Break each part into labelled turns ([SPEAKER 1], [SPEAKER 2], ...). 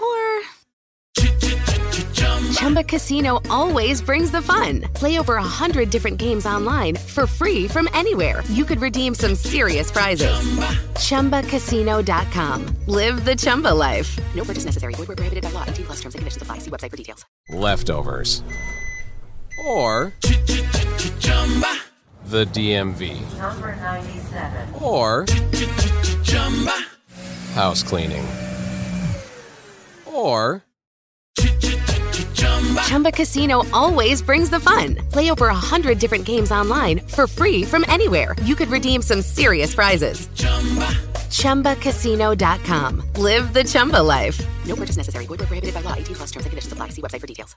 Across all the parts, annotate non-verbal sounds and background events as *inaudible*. [SPEAKER 1] or Chumba Casino always brings the fun. Play over a hundred different games online for free from anywhere. You could redeem some serious prizes. ChumbaCasino.com. Live the Chumba life. No purchase necessary. Void where prohibited by law. T plus terms and conditions apply. See website for details.
[SPEAKER 2] leftovers, or the DMV,
[SPEAKER 3] Number 97.
[SPEAKER 2] or house cleaning, or
[SPEAKER 1] Chumba Casino always brings the fun. Play over a hundred different games online for free from anywhere. You could redeem some serious prizes. ChumbaCasino.com. Live the Chumba life. No purchase necessary. Void where prohibited by law. 18 plus terms and conditions apply. See website for details.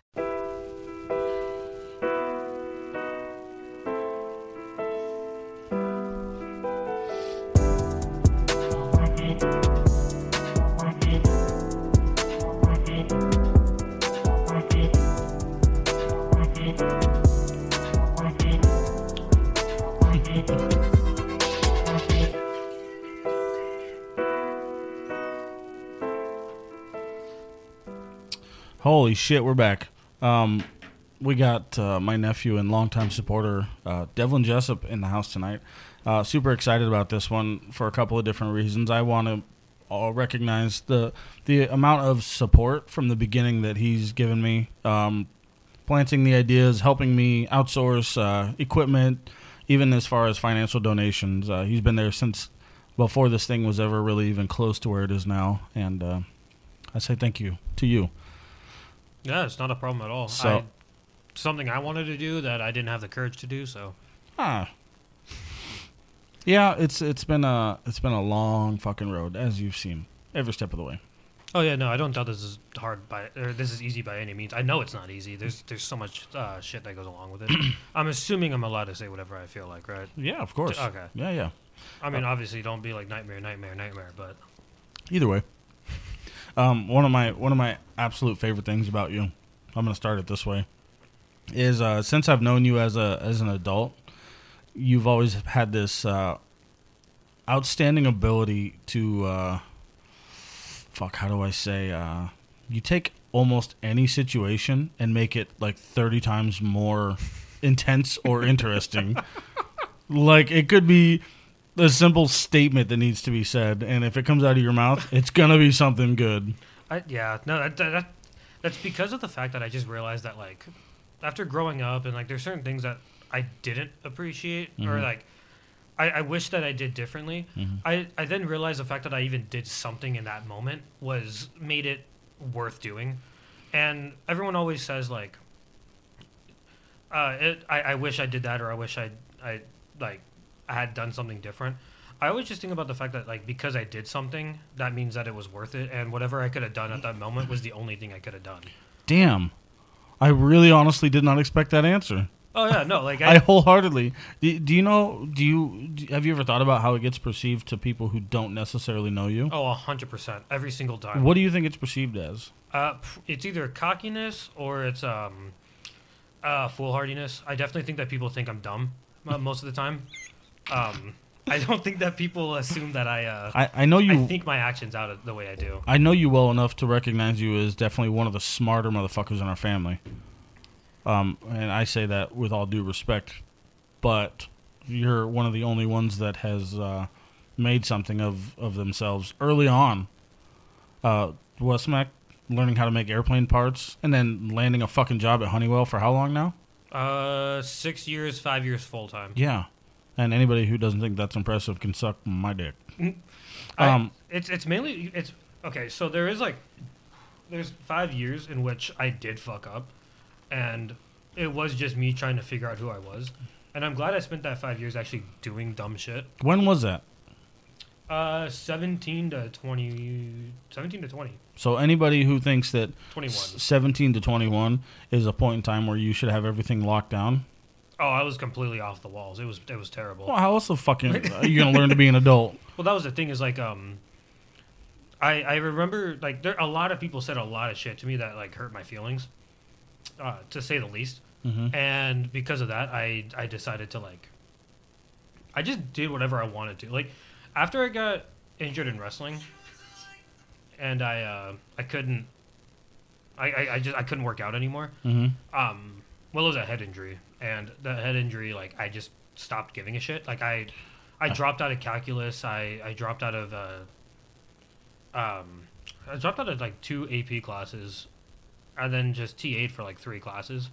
[SPEAKER 4] Holy shit, we're back. Um, we got uh, my nephew and longtime supporter uh, Devlin Jessup in the house tonight. Uh, super excited about this one for a couple of different reasons. I want to all recognize the the amount of support from the beginning that he's given me, um, planting the ideas, helping me outsource uh, equipment, even as far as financial donations. Uh, he's been there since before this thing was ever really even close to where it is now, and uh, I say thank you to you.
[SPEAKER 5] Yeah, it's not a problem at all.
[SPEAKER 4] So-
[SPEAKER 5] I, something I wanted to do that I didn't have the courage to do, so
[SPEAKER 4] Ah. Yeah, it's it's been a it's been a long fucking road, as you've seen every step of the way.
[SPEAKER 5] Oh yeah, no, I don't doubt this is hard by or this is easy by any means. I know it's not easy. There's there's so much uh, shit that goes along with it. I'm assuming I'm allowed to say whatever I feel like, right?
[SPEAKER 4] Yeah, of course.
[SPEAKER 5] Okay.
[SPEAKER 4] Yeah, yeah.
[SPEAKER 5] I mean, obviously, don't be like nightmare, nightmare, nightmare. But
[SPEAKER 4] Either way, um, one of my one of my absolute favorite things about you, I'm gonna start it this way, is uh, since I've known you as a as an adult, you've always had this uh, outstanding ability to uh, fuck. How do I say? Uh, you take almost any situation and make it like 30 times more *laughs* intense or interesting. like it could be a simple statement that needs to be said, and if it comes out of your mouth, it's gonna be something good.
[SPEAKER 5] I, yeah, no, that, that, that that's because of the fact that I just realized that like after growing up and like there's certain things that I didn't appreciate or like I, I wish that I did differently. I, I then realized the fact that I even did something in that moment was made it worth doing. And everyone always says like, uh, it, I, I wish I did that or I wish I I like I had done something different. I always just think about the fact that like because I did something, that means that it was worth it, and whatever I could have done at that moment was the only thing I could have done.
[SPEAKER 4] Damn, I really honestly did not expect that answer.
[SPEAKER 5] Oh yeah, no, like
[SPEAKER 4] *laughs*
[SPEAKER 5] I,
[SPEAKER 4] I wholeheartedly. Do, do you know? Do you do- have you ever thought about how it gets perceived to people who don't necessarily know you?
[SPEAKER 5] oh hundred percent every single time.
[SPEAKER 4] What do you think it's perceived as?
[SPEAKER 5] Uh, p- it's either cockiness or it's um, uh, foolhardiness. I definitely think that people think I'm dumb
[SPEAKER 4] *laughs*
[SPEAKER 5] uh, most of the time. Um, I don't think that people assume that I. Uh,
[SPEAKER 4] I, I know you.
[SPEAKER 5] I think my actions out of the way I do.
[SPEAKER 4] I know you well enough to recognize you as definitely one of the smarter motherfuckers in our family. Um, and I say that with all due respect, but you're one of the only ones that has uh, made something of, of themselves early on. Uh, Westmac learning how to make airplane parts and then landing a fucking job at Honeywell for how long now?
[SPEAKER 5] Uh, six years, five years full time.
[SPEAKER 4] Yeah. And anybody who doesn't think that's impressive can suck my dick.
[SPEAKER 5] I-
[SPEAKER 4] Um,
[SPEAKER 5] it's it's mainly it's okay. So there is like there's five years in which I did fuck up, and it was just me trying to figure out who I was. And I'm glad I spent that five years actually doing dumb shit.
[SPEAKER 4] When was that?
[SPEAKER 5] Uh, 17 to 20, 17 to 20,
[SPEAKER 4] So anybody who thinks that
[SPEAKER 5] 21.
[SPEAKER 4] 17 to 21 is a point in time where you should have everything locked down.
[SPEAKER 5] Oh, I was completely off the walls. It was it was terrible.
[SPEAKER 4] Well, how else the
[SPEAKER 5] *laughs*
[SPEAKER 4] fucking are you going to learn to be an adult?
[SPEAKER 5] Well, that was the thing is like um, I I remember like there a lot of people said a lot of shit to me that like hurt my feelings, uh, to say the least. And because of that, I I decided to like. I just did whatever I wanted to. Like, after I got injured in wrestling, and I uh, I couldn't. I, I, I just I couldn't work out anymore.
[SPEAKER 4] Mm-hmm.
[SPEAKER 5] Um, well, it was a head injury, and the head injury, like, I just stopped giving a shit. Like, I, I dropped out of calculus. I, I dropped out of, uh, um, I dropped out of like two AP classes, and then just T eight for like three classes.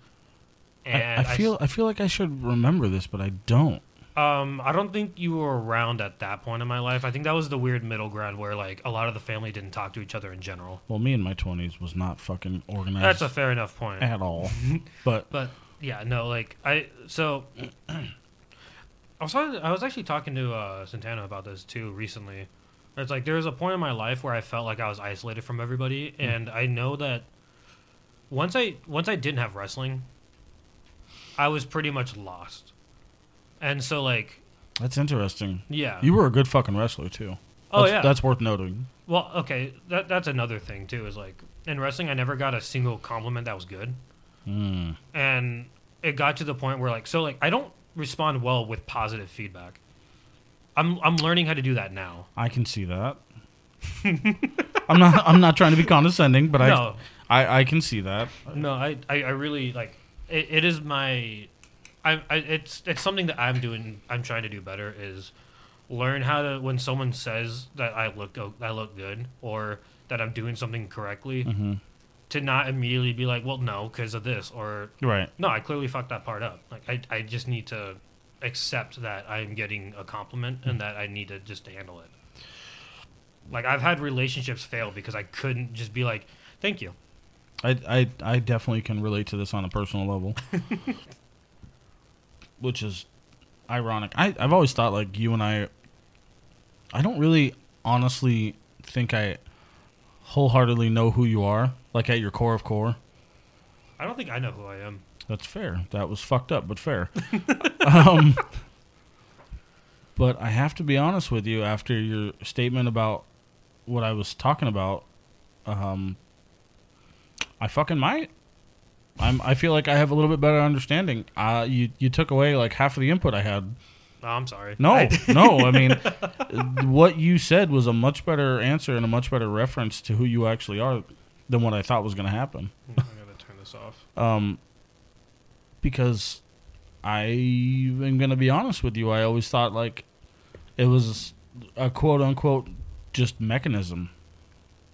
[SPEAKER 5] And
[SPEAKER 4] I, I feel I feel like I should remember this, but I don't.
[SPEAKER 5] um, I don't think you were around at that point in my life. I think that was the weird middle ground where like a lot of the family didn't talk to each other in general.
[SPEAKER 4] Well, me in my twenties was not fucking organized
[SPEAKER 5] That's a fair enough
[SPEAKER 4] *laughs*
[SPEAKER 5] point.
[SPEAKER 4] at
[SPEAKER 5] *laughs*
[SPEAKER 4] all. but
[SPEAKER 5] But yeah, no, like I so *clears throat* I was I was actually talking to uh, Santana about this too recently. It's like there was a point in my life where I felt like I was isolated from everybody, and I know that once I once I didn't have wrestling, I was pretty much lost. And so like
[SPEAKER 4] that's interesting.
[SPEAKER 5] yeah,
[SPEAKER 4] You were a good fucking wrestler too.
[SPEAKER 5] Oh,
[SPEAKER 4] that's,
[SPEAKER 5] yeah.
[SPEAKER 4] that's worth noting.
[SPEAKER 5] well okay, that that's another thing too is like in wrestling I never got a single compliment that was good. and it got to the point where like so like I don't respond well with positive feedback. I'm I'm learning how to do that now.
[SPEAKER 4] I can see
[SPEAKER 5] *laughs*
[SPEAKER 4] that. I'm not. I'm not trying to be condescending, but
[SPEAKER 5] No.
[SPEAKER 4] I, I, I can see that.
[SPEAKER 5] No, I I, I really like it, it is my I, I it's it's something that I'm doing I'm trying to do better is learn how to when someone says that I look o- I look good or that I'm doing something correctly to not immediately be like, well, no, because of this or
[SPEAKER 4] Right.
[SPEAKER 5] no, I clearly fucked that part up. Like I, I just need to accept that I'm getting a compliment and that I need to just handle it. Like I've had relationships fail because I couldn't just be like, "Thank you."
[SPEAKER 4] I, I, I definitely can relate to this on a personal level, which is ironic. I, I've always thought like you and I. I don't really honestly think I wholeheartedly know who you are, like at your core of core.
[SPEAKER 5] I don't think I know who I am.
[SPEAKER 4] That's fair. That was fucked up, but fair. *laughs* um, but I have to be honest with you. After your statement about what I was talking about, um, I fucking might. I'm. I feel like I have a little bit better understanding. Uh, you you took away like half of the input I had.
[SPEAKER 5] No, Oh, I'm sorry.
[SPEAKER 4] No,
[SPEAKER 5] I-
[SPEAKER 4] *laughs* no. I mean, what you said was a much better answer and a much better reference to who you actually are than what I thought was going to happen
[SPEAKER 5] I'm gonna turn this off.
[SPEAKER 4] because I am gonna be honest with you. I always thought like it was a quote unquote just mechanism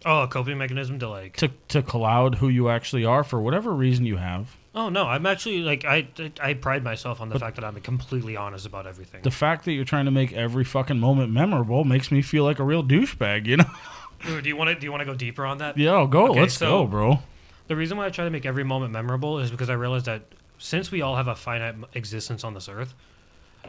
[SPEAKER 5] Oh, a coping mechanism to like.
[SPEAKER 4] to to cloud who you actually are for whatever reason you have.
[SPEAKER 5] Oh no, I'm actually like I I pride myself on the fact that I'm completely honest about everything.
[SPEAKER 4] The fact that you're trying to make every fucking moment memorable makes me feel like a real douchebag. You know? *laughs*
[SPEAKER 5] Ooh, do you want to do you want to go deeper on that?
[SPEAKER 4] yeah, I'll go.
[SPEAKER 5] Okay,
[SPEAKER 4] Let's
[SPEAKER 5] so-
[SPEAKER 4] go, bro.
[SPEAKER 5] The reason why I try to make every moment memorable is because I realize that since we all have a finite m- existence on this earth,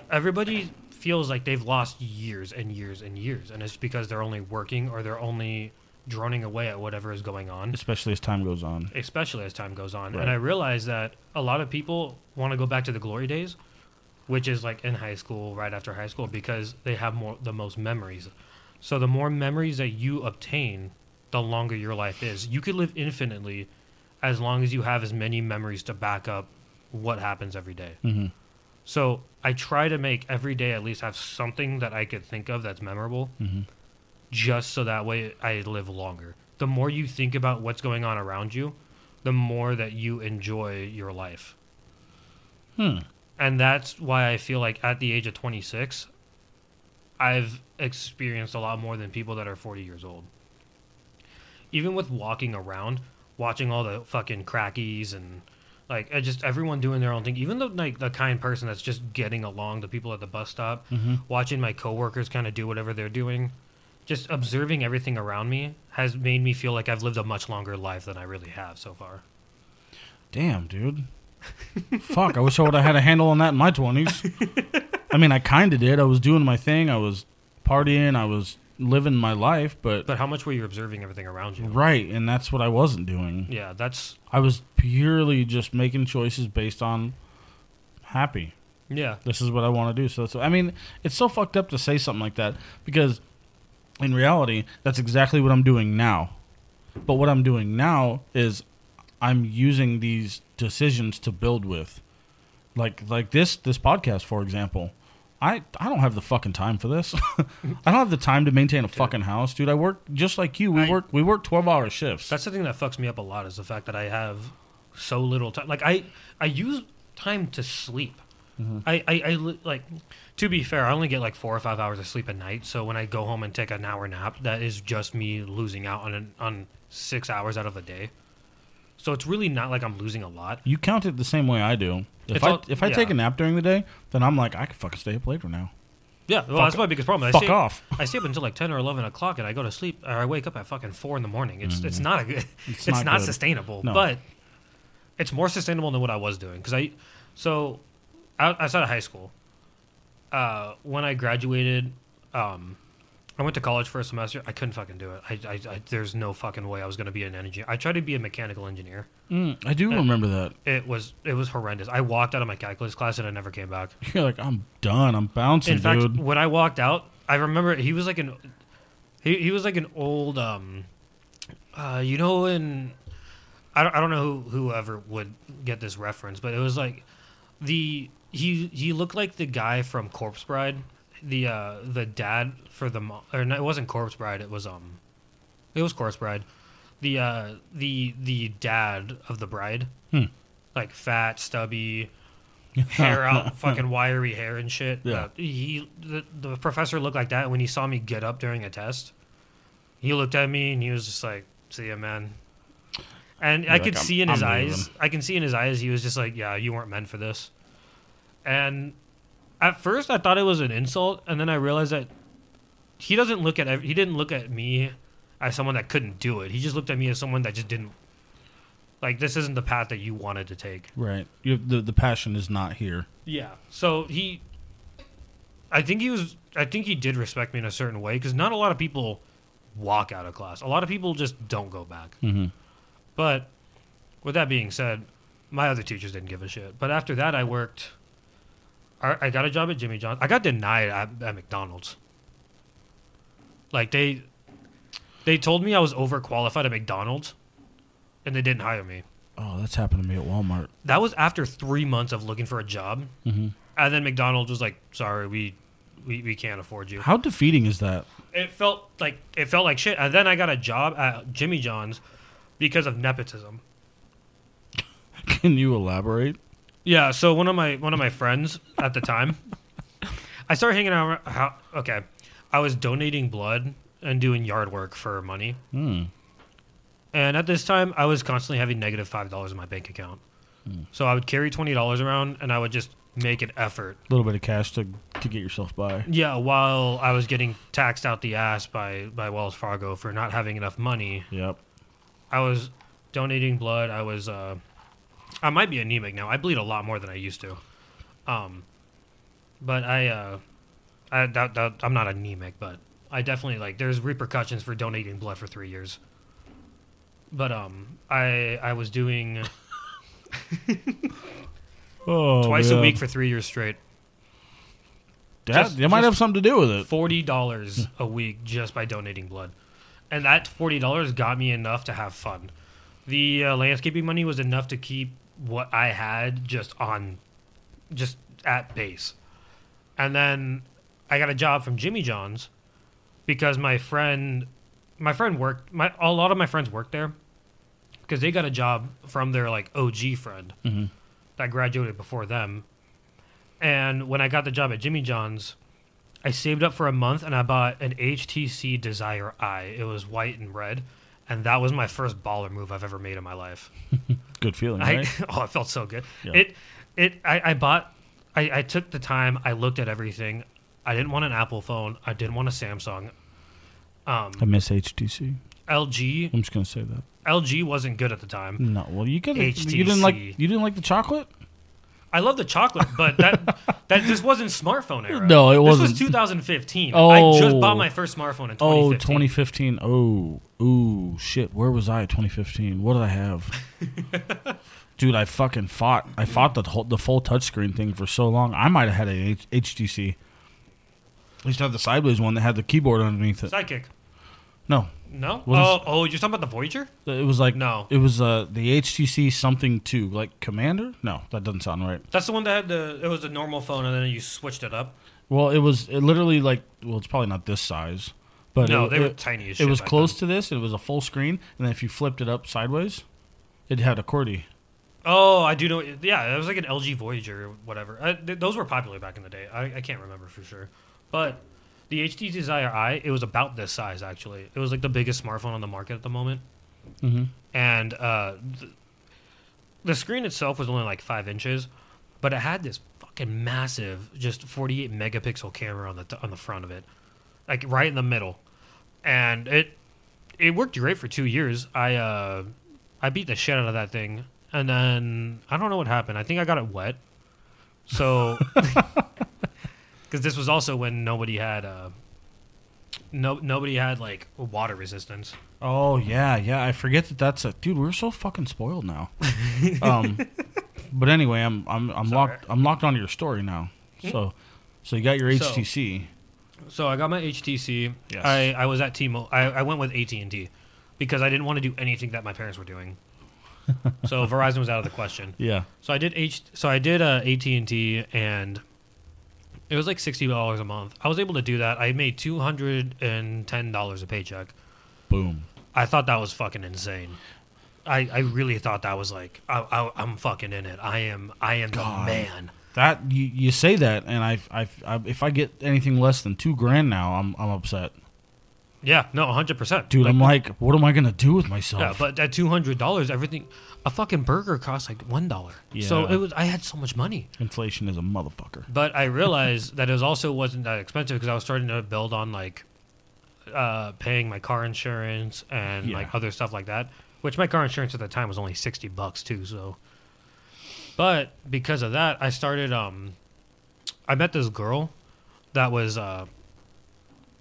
[SPEAKER 5] everybody feels like they've lost years and years and years, and it's because they're only working or they're only droning away at whatever is going on,
[SPEAKER 4] Especially as time goes on.
[SPEAKER 5] especially as time goes on.
[SPEAKER 4] Right.
[SPEAKER 5] And I realize that a lot of people want to go back to the glory days, which is like in high school, right after high school, because they have more the most memories. So the more memories that you obtain, the longer your life is. You could live infinitely as long as you have as many memories to back up what happens every day. So I try to make every day at least have something that I could think of that's memorable, just so that way I live longer. The more you think about what's going on around you, the more that you enjoy your life. Hmm. And that's why I feel like at the age of 26, I've experienced a lot more than people that are 40 years old. Even with walking around, watching all the fucking crackies and like uh, just everyone doing their own thing, even the like the kind person that's just getting along, the people at the bus stop, watching my coworkers kind of do whatever they're doing, just observing everything around me has made me feel like I've lived a much longer life than I really have so far.
[SPEAKER 4] Damn,
[SPEAKER 5] *laughs*
[SPEAKER 4] dude. Fuck, I wish I would have had a handle on that in my 20s. I mean, I kind of did. I was doing my thing. I was partying. I was living my life, but
[SPEAKER 5] But how much were you observing everything around you?
[SPEAKER 4] Right, and that's what I wasn't doing.
[SPEAKER 5] Yeah, that's
[SPEAKER 4] I was purely just making choices based on happy.
[SPEAKER 5] yeah.
[SPEAKER 4] This is what I want to do. So, that's I mean, it's so fucked up to say something like that because in reality, that's exactly what I'm doing now. But what I'm doing now is I'm using these decisions to build with. Like like this this podcast for example. I I don't have the fucking time for this. *laughs* I don't have the time to maintain a fucking house, dude. I work just like you. We
[SPEAKER 5] I-
[SPEAKER 4] work we work 12-hour shifts.
[SPEAKER 5] That's the thing that fucks me up a lot is the fact that I have so little time. Like I, I use time to sleep. I, I, I li- like. To be fair, I only get like four or five hours of sleep a night. So when I go home and take an hour nap, that is just me losing out on an, on six hours out of a day. So it's really not like I'm losing a lot.
[SPEAKER 4] You count it the same way I do. If
[SPEAKER 5] It's
[SPEAKER 4] I
[SPEAKER 5] all-
[SPEAKER 4] if I
[SPEAKER 5] yeah.
[SPEAKER 4] take a nap during the day, then I'm like I could fucking stay up later now.
[SPEAKER 5] Yeah, well, that's my biggest problem. I
[SPEAKER 4] fuck
[SPEAKER 5] stay,
[SPEAKER 4] off.
[SPEAKER 5] I stay up until like ten or eleven o'clock, and I go to sleep, or I wake up at fucking four in the morning. It's it's not a good, *laughs* it's,
[SPEAKER 4] Mm-hmm. not
[SPEAKER 5] not,
[SPEAKER 4] good.
[SPEAKER 5] sustainable,
[SPEAKER 4] No.
[SPEAKER 5] but it's more sustainable than what I was doing because I, so, out- outside of high school, uh, when I graduated, um, I went to college for a semester. I couldn't fucking do it. I, I, I there's no fucking way I was gonna be an engineer. I tried to be a mechanical engineer. Mm.
[SPEAKER 4] I
[SPEAKER 5] Uh,
[SPEAKER 4] do remember that. *laughs*
[SPEAKER 5] It was it was horrendous. I walked out of my calculus class and I never came back.
[SPEAKER 4] You're like I'm done. I'm bouncing,
[SPEAKER 5] In fact,
[SPEAKER 4] dude.
[SPEAKER 5] when I walked out, I remember he was like an he, he was like an old um uh you know in I don't, I don't know who whoever would get this reference, but it was like the he he looked like the guy from Corpse Bride, the uh the dad for the mo- or no, it wasn't Corpse Bride, it was um it was Corpse Bride. The uh the the dad of the bride. Like fat, stubby, hair out, fucking wiry hair and shit.
[SPEAKER 4] Yeah.
[SPEAKER 5] Uh, he the, the professor looked like that when he saw me get up during a test. He looked at me and he was just like, "See ya, man." And I
[SPEAKER 4] like,
[SPEAKER 5] could
[SPEAKER 4] "I'm-
[SPEAKER 5] see in his
[SPEAKER 4] I'm
[SPEAKER 5] eyes,
[SPEAKER 4] leaving."
[SPEAKER 5] I can see in his eyes, he was just like, "Yeah, you weren't meant for this." And at first, I thought it was an insult, and then I realized that he doesn't look at ev- he didn't look at me as someone that couldn't do it. He just looked at me as someone that just didn't like this isn't the path that you wanted to take.
[SPEAKER 4] Right. You, the the passion is not here.
[SPEAKER 5] Yeah. So he, I think he was. I think he did respect me in a certain way because not a lot of people walk out of class. A lot of people just don't go back. Mm-hmm. But with that being said, my other teachers didn't give a shit. But after that, I worked. I, I got a job at Jimmy John's. I got denied at, at McDonald's. Like they, they told me I was overqualified at McDonald's, and they didn't hire me
[SPEAKER 4] Oh, that's happened to me at Walmart.
[SPEAKER 5] that was after three months of looking for a job, and then McDonald's was like, "Sorry, we, we we can't afford you."
[SPEAKER 4] How defeating is that? *laughs*
[SPEAKER 5] It felt like it felt like shit, and then I got a job at Jimmy John's because of nepotism.
[SPEAKER 4] Can you elaborate?
[SPEAKER 5] Yeah, so one of my one of my friends at the time, I started hanging out. How, okay, I was donating blood and doing yard work for money, and at this time, I was constantly having negative five dollars in my bank account. So I would carry twenty dollars around, and I would just make an effort
[SPEAKER 4] A little bit of cash to to get yourself by.
[SPEAKER 5] Yeah, while I was getting taxed out the ass by, by Wells Fargo for not having enough money,
[SPEAKER 4] Yep.
[SPEAKER 5] I was donating blood. I was, uh, I might be anemic now. I bleed a lot more than I used to. Um, but I, uh, I that, that, I'm not anemic, but I definitely like. There's repercussions for donating blood for three years. But um, I I was doing
[SPEAKER 4] Oh,
[SPEAKER 5] twice a
[SPEAKER 4] man.
[SPEAKER 5] week for three years straight.
[SPEAKER 4] That,
[SPEAKER 5] just-
[SPEAKER 4] that might
[SPEAKER 5] just-
[SPEAKER 4] have something to do with it.
[SPEAKER 5] forty dollars a week just by donating blood, and that forty dollars got me enough to have fun. The uh, landscaping money was enough to keep what I had just on, just at base, and then I got a job from Jimmy John's because my friend, my friend worked my a lot of my friends worked there because they got a job from their like OG friend that graduated before them. And when I got the job at Jimmy John's, I saved up for a month and I bought an HTC Desire I. It was white and red, and that was my first baller move I've ever made in my life. *laughs*
[SPEAKER 4] Good feeling,
[SPEAKER 5] I,
[SPEAKER 4] right?
[SPEAKER 5] *laughs* oh, it felt so good.
[SPEAKER 4] Yeah.
[SPEAKER 5] It, it. I, I bought. I, I took the time. I looked at everything. I didn't want an Apple phone. I didn't want a Samsung.
[SPEAKER 4] I miss HTC.
[SPEAKER 5] LG.
[SPEAKER 4] I'm just gonna say that.
[SPEAKER 5] LG wasn't good at the time.
[SPEAKER 4] No, well, you could. You didn't like. You didn't like the chocolate.
[SPEAKER 5] I love the chocolate, but
[SPEAKER 4] *laughs*
[SPEAKER 5] that that this wasn't smartphone era.
[SPEAKER 4] No, it
[SPEAKER 5] This
[SPEAKER 4] wasn't.
[SPEAKER 5] was 2015. I just
[SPEAKER 4] Oh.
[SPEAKER 5] bought my first smartphone in 2015.
[SPEAKER 4] Oh, 2015. Oh, ooh, shit. Where was I? 2015. What did I have? Dude, I fucking fought. I fought the whole, the full touchscreen thing for so long. I might have had an H- HTC. I used to have the sideways one that had the keyboard underneath it.
[SPEAKER 5] Sidekick.
[SPEAKER 4] No,
[SPEAKER 5] No.
[SPEAKER 4] What
[SPEAKER 5] oh,
[SPEAKER 4] is-
[SPEAKER 5] oh, you're talking about the Voyager?
[SPEAKER 4] It was like
[SPEAKER 5] No.
[SPEAKER 4] It was uh the HTC something two, like Commander. No, that doesn't sound right.
[SPEAKER 5] That's the one that had the. It was a normal phone, and then you switched it up.
[SPEAKER 4] Well, it was it literally like well, it's probably not this size, but
[SPEAKER 5] No,
[SPEAKER 4] it,
[SPEAKER 5] they were
[SPEAKER 4] it-
[SPEAKER 5] tiny
[SPEAKER 4] It
[SPEAKER 5] as shit
[SPEAKER 4] was
[SPEAKER 5] back
[SPEAKER 4] close to this. It was a full screen, and then if you flipped it up sideways, it had a QWERTY.
[SPEAKER 5] Oh, I do know. Yeah, it was like an LG Voyager or whatever. I, th- those were popular back in the day. I, I can't remember for sure. But the HD Desire I, it was about this size, actually. It was like the biggest smartphone on the market at the moment. Mm-hmm. And uh, th- the screen itself was only like five inches, but it had this fucking massive, just 48 megapixel camera on the, t- on the front of it, like right in the middle. And it it worked great for two years. I uh, I beat the shit out of that thing, and then I don't know what happened. I think I got it wet. So, *laughs* because this was also when nobody had uh, no nobody had like water resistance.
[SPEAKER 4] Oh yeah, yeah. I forget that that's a dude. We're so fucking spoiled now.
[SPEAKER 5] *laughs*
[SPEAKER 4] um, but anyway, I'm I'm I'm locked I'm locked onto your story now. So, so you got your
[SPEAKER 5] So-
[SPEAKER 4] HTC.
[SPEAKER 5] So I got my HTC.
[SPEAKER 4] Yes.
[SPEAKER 5] I I was at T-Mobile. I, I went with AT and T because I didn't want to do anything that my parents
[SPEAKER 4] *laughs*
[SPEAKER 5] were doing. so Verizon was out of the question.
[SPEAKER 4] yeah.
[SPEAKER 5] So I did H. So I did uh, AT and T, and it was like sixty dollars a month. I was able to do that. I made two hundred and ten dollars a paycheck.
[SPEAKER 4] Boom.
[SPEAKER 5] I thought that was fucking insane. I, I really thought that was like I, I I'm fucking in it. I am I am
[SPEAKER 4] God.
[SPEAKER 5] the man.
[SPEAKER 4] That you, you say that, and I I if I get anything less than two grand now, I'm I'm upset,
[SPEAKER 5] Yeah, no, hundred percent,
[SPEAKER 4] dude. I'm like, what am I gonna do with myself?
[SPEAKER 5] Yeah, but at two hundred dollars, everything, a fucking burger costs like one dollar. So
[SPEAKER 4] Yeah.
[SPEAKER 5] it was I had so much money.
[SPEAKER 4] Inflation is a motherfucker.
[SPEAKER 5] But I realized that it was also wasn't that expensive because I was starting to build on like uh, paying my car insurance and
[SPEAKER 4] Yeah.
[SPEAKER 5] like other stuff like that. Which my car insurance at the time was only sixty bucks too. So, but because of that, I started. Um, I met this girl that was. Uh,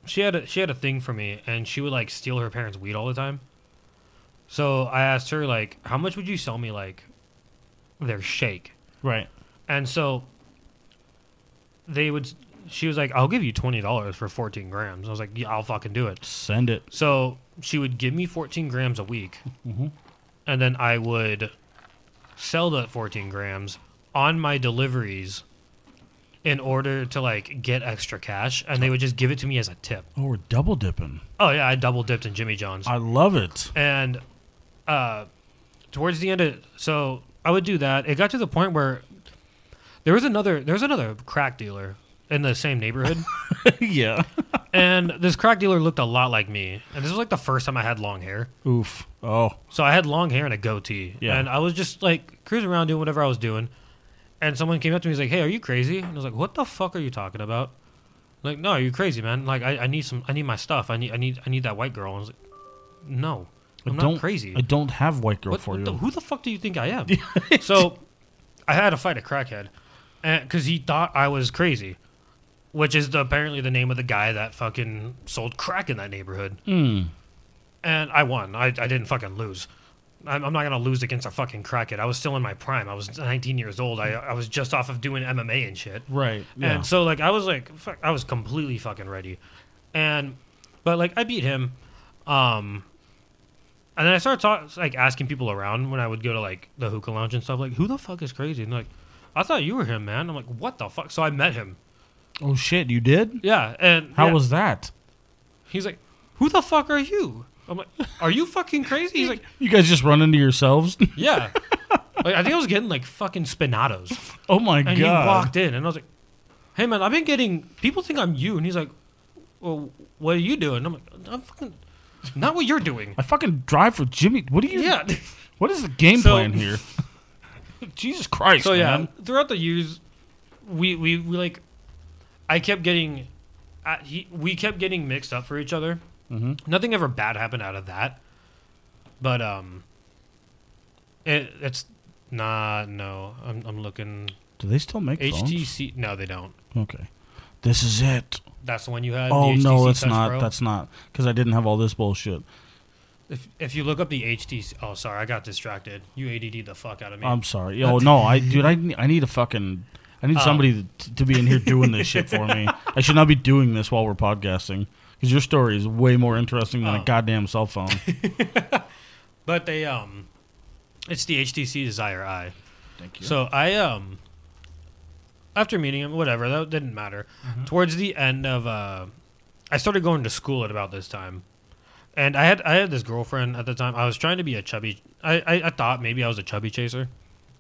[SPEAKER 5] she had a, she had a thing for me, and she would like steal her parents' weed all the time. So I asked her like, "How much would you sell me like their shake?"
[SPEAKER 4] Right.
[SPEAKER 5] And so they would. She was like, "I'll give you twenty dollars for fourteen grams." I was like, "Yeah, I'll fucking do it."
[SPEAKER 4] Send it.
[SPEAKER 5] So she would give me fourteen grams a week, and then I would sell the fourteen grams on my deliveries in order to like get extra cash, and they would just give it to me as a tip.
[SPEAKER 4] Oh, we're double dipping.
[SPEAKER 5] Oh yeah, I double dipped in Jimmy John's
[SPEAKER 4] I love it.
[SPEAKER 5] and uh, towards the end of so I would do that. It got to the point where there was another there was another crack dealer in the same
[SPEAKER 4] *laughs*
[SPEAKER 5] neighborhood,
[SPEAKER 4] *laughs* yeah.
[SPEAKER 5] and this crack dealer looked a lot like me. And this was like the first time I had long hair,
[SPEAKER 4] Oof. Oh.
[SPEAKER 5] so I had long hair and a goatee,
[SPEAKER 4] Yeah.
[SPEAKER 5] and I was just like cruising around doing whatever I was doing. And someone came up to me, he's like, "Hey, are you crazy?" And I was like, "What the fuck are you talking about?" Like, no, you crazy, man. Like, I, I need some, I need my stuff. I need, I need, I need that white girl. And I was like, no, I'm
[SPEAKER 4] I don't,
[SPEAKER 5] not crazy.
[SPEAKER 4] I don't have white girl
[SPEAKER 5] What-
[SPEAKER 4] for
[SPEAKER 5] what
[SPEAKER 4] you.
[SPEAKER 5] the- who the fuck do you think
[SPEAKER 4] *laughs*
[SPEAKER 5] I am? so, I had to fight a crackhead because he thought I was crazy, which is the, apparently the name of the guy that fucking sold crack in that neighborhood.
[SPEAKER 4] Hmm.
[SPEAKER 5] And I won. I, I didn't fucking lose. I'm, I'm not gonna lose against a fucking crackhead. I was still in my prime. I was 19 years old. I I was just off of doing MMA and shit.
[SPEAKER 4] right. Yeah.
[SPEAKER 5] And so like I was like fuck, I was completely fucking ready, and but like I beat him, um, and then I started talk, like asking people around when I would go to like the hookah lounge and stuff like who the fuck is crazy and they're like I thought you were him man I'm like what the fuck so I met him
[SPEAKER 4] oh shit, you did?
[SPEAKER 5] yeah and
[SPEAKER 4] How
[SPEAKER 5] yeah.
[SPEAKER 4] was that?
[SPEAKER 5] he's like who the fuck are you I'm like are you fucking crazy he's like
[SPEAKER 4] You guys just run into yourselves? *laughs*
[SPEAKER 5] yeah like I think I was getting like fucking spinatos
[SPEAKER 4] oh my god.
[SPEAKER 5] And he walked in, and I was like, "Hey, man, I've been getting people think I'm you." And he's like, "Well, what are you doing?" I'm like, "I'm fucking not what
[SPEAKER 4] *laughs*
[SPEAKER 5] you're doing."
[SPEAKER 4] I fucking drive for Jimmy. What do you? *laughs*
[SPEAKER 5] yeah.
[SPEAKER 4] What is the game
[SPEAKER 5] So-
[SPEAKER 4] plan here? *laughs* Jesus Christ,
[SPEAKER 5] So yeah,
[SPEAKER 4] man.
[SPEAKER 5] throughout the years, we we, we like, I kept getting, I, he, we kept getting mixed up for each other.
[SPEAKER 4] Mm-hmm.
[SPEAKER 5] Nothing ever bad happened out of that, but um, it, it's nah, no. I'm I'm looking
[SPEAKER 4] Do they still make phones?
[SPEAKER 5] HTC. No, they don't.
[SPEAKER 4] Okay. This is it.
[SPEAKER 5] That's the one you had.
[SPEAKER 4] Oh
[SPEAKER 5] the
[SPEAKER 4] no,
[SPEAKER 5] HTC
[SPEAKER 4] it's
[SPEAKER 5] Touch
[SPEAKER 4] not.
[SPEAKER 5] Pro?
[SPEAKER 4] That's not because I didn't have all this bullshit.
[SPEAKER 5] If, if you look up the HTC, oh sorry, I got distracted. You ADD the fuck out of me.
[SPEAKER 4] I'm sorry. Oh no, I dude, I ne- I need a fucking.
[SPEAKER 5] Uh.
[SPEAKER 4] I need somebody to, to be in here doing this shit for me. I should not be doing this while we're podcasting Because your story is way more interesting than
[SPEAKER 5] Oh.
[SPEAKER 4] a goddamn cell
[SPEAKER 5] *laughs*
[SPEAKER 4] phone.
[SPEAKER 5] But they um, it's the HTC Desire I.
[SPEAKER 4] Thank
[SPEAKER 5] So I um, after meeting him, whatever that didn't matter.
[SPEAKER 4] Mm-hmm.
[SPEAKER 5] Towards the end of uh, I started going to school at about this time, and I had I had this girlfriend at the time. I was trying to be a chubby. I I, I thought maybe I was a chubby chaser,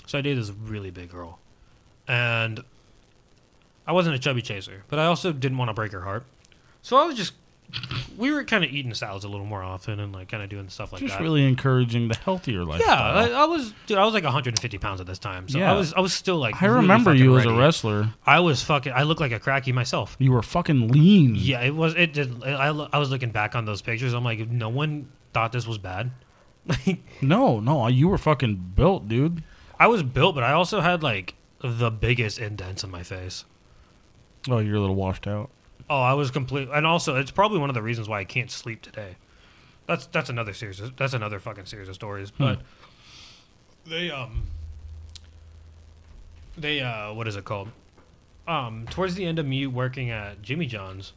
[SPEAKER 5] so I dated this really big girl, and I wasn't a chubby chaser, but I also didn't want to break her heart. So I was just we were kind of eating salads a little more often and like kind of doing stuff like
[SPEAKER 4] Just
[SPEAKER 5] that.
[SPEAKER 4] really encouraging the healthier life.
[SPEAKER 5] Yeah, I, I was dude. I was like 150 pounds at this time, so
[SPEAKER 4] Yeah.
[SPEAKER 5] I was I was still like.
[SPEAKER 4] I
[SPEAKER 5] really
[SPEAKER 4] remember
[SPEAKER 5] fucking
[SPEAKER 4] you as a
[SPEAKER 5] ready.
[SPEAKER 4] wrestler.
[SPEAKER 5] I was fucking. I looked like a cracky myself.
[SPEAKER 4] You were fucking lean.
[SPEAKER 5] Yeah, it was. It did. I, I was looking back on those pictures. I'm like, no one thought this was bad. *laughs* Like,
[SPEAKER 4] No, no, you were fucking built, dude.
[SPEAKER 5] I was built, but I also had like the biggest indents in my face.
[SPEAKER 4] Oh, you're a little washed out.
[SPEAKER 5] Oh, I was complete. And also, it's probably one of the reasons why I can't sleep today. That's that's another series. Of, that's another fucking series of stories. But they um they uh what is it called? Um, towards the end of me working at Jimmy John's,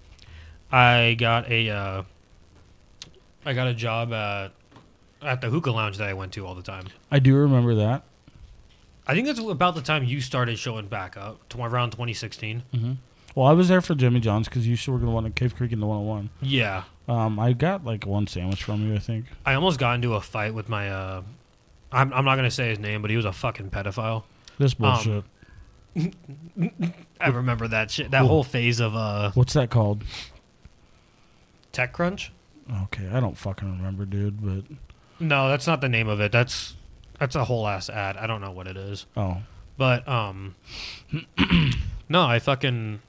[SPEAKER 5] I got a uh, I got a job at at the hookah lounge that I went to all the time.
[SPEAKER 4] I do remember that.
[SPEAKER 5] I think that's about the time you started showing back up, to around 2016.
[SPEAKER 4] Well, I was there for Jimmy John's because you still were going to want at Cave Creek in the 101.
[SPEAKER 5] Yeah,
[SPEAKER 4] Um, I got like one sandwich from you, I think.
[SPEAKER 5] I almost got into a fight with my. Uh, I'm, I'm not gonna say his name, but he was a fucking pedophile.
[SPEAKER 4] This bullshit.
[SPEAKER 5] I remember that shit. That whole phase of uh,
[SPEAKER 4] What's that called?
[SPEAKER 5] TechCrunch.
[SPEAKER 4] Okay, I don't fucking remember, dude. But
[SPEAKER 5] No, that's not the name of it. That's that's a whole ass ad. I don't know what it is,
[SPEAKER 4] oh,
[SPEAKER 5] but um, *clears throat* no, I fucking.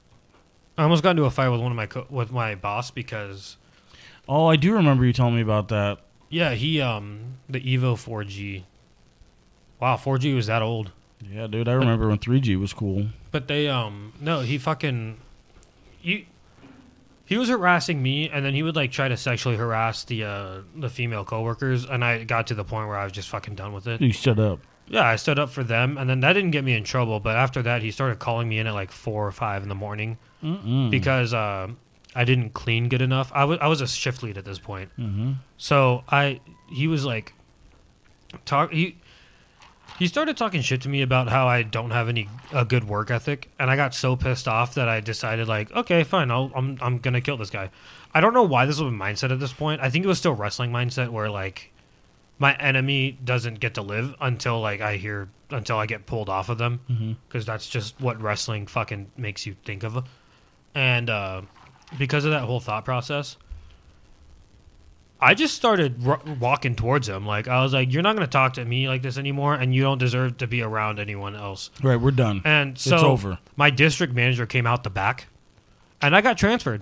[SPEAKER 5] I almost got into a fight with one of my co- with my boss because
[SPEAKER 4] oh, I do remember you telling me about that.
[SPEAKER 5] yeah he um the Evo 4G. Wow, 4G was that old.
[SPEAKER 4] Yeah, dude, I remember when 3G was cool.
[SPEAKER 5] But they um no, he fucking you he was harassing me and then he would like try to sexually harass the uh the female coworkers and I got to the point where I was just fucking done with it.
[SPEAKER 4] You shut up.
[SPEAKER 5] Yeah, I stood up for them and then that didn't get me in trouble, but after that he started calling me in at like 4 or 5 in the morning because uh, I didn't clean good enough. I was I was a shift lead at this point. Mm-hmm. So I he was like talk he he started talking shit to me about how I don't have any a good work ethic, and I got so pissed off that I decided like, okay, fine, I'll, I'm I'm gonna kill this guy. I don't know why this was my mindset at this point. I think it was still wrestling mindset where like my enemy doesn't get to live until like I hear until I get pulled off of them
[SPEAKER 4] Mm-hmm.
[SPEAKER 5] because that's just what wrestling fucking makes you think of. And uh, because of that whole thought process, I just started r- walking towards him. Like I was like, "You're not going to talk to me like this anymore, and you don't deserve to be around anyone else."
[SPEAKER 4] Right, we're done.
[SPEAKER 5] And so
[SPEAKER 4] it's over.
[SPEAKER 5] My district manager came out the back, and I got transferred,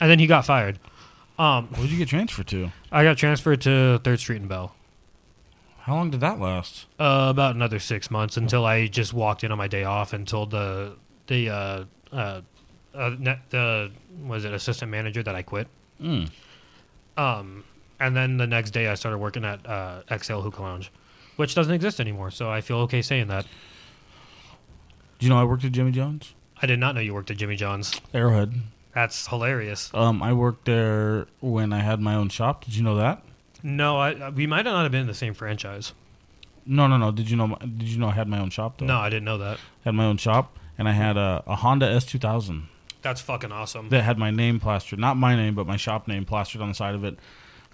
[SPEAKER 5] and then he got fired. Um,
[SPEAKER 4] What did you get transferred to?
[SPEAKER 5] I got transferred to Third Street in Bell.
[SPEAKER 4] How long did that last?
[SPEAKER 5] Uh, about another six months until I just walked in on my day off and told the the uh, uh, uh, ne- the was it assistant manager that I quit.
[SPEAKER 4] Hmm.
[SPEAKER 5] Um, and then the next day I started working at uh, XL Hookah Lounge, which doesn't exist anymore. So I feel okay saying that.
[SPEAKER 4] Do you know I worked at Jimmy John's?
[SPEAKER 5] I did not know you worked at Jimmy John's.
[SPEAKER 4] Arrowhead.
[SPEAKER 5] That's hilarious.
[SPEAKER 4] Um, I worked there when I had my own shop. Did you know that?
[SPEAKER 5] No, I uh, we might not have been in the same franchise.
[SPEAKER 4] No, no, no. Did you know? My, did you know I had my own shop? Though?
[SPEAKER 5] No, I didn't know that.
[SPEAKER 4] had my own shop, and I had a, a Honda S2000
[SPEAKER 5] That's fucking awesome.
[SPEAKER 4] that had my name plastered, not my name, but my shop name plastered on the side of it.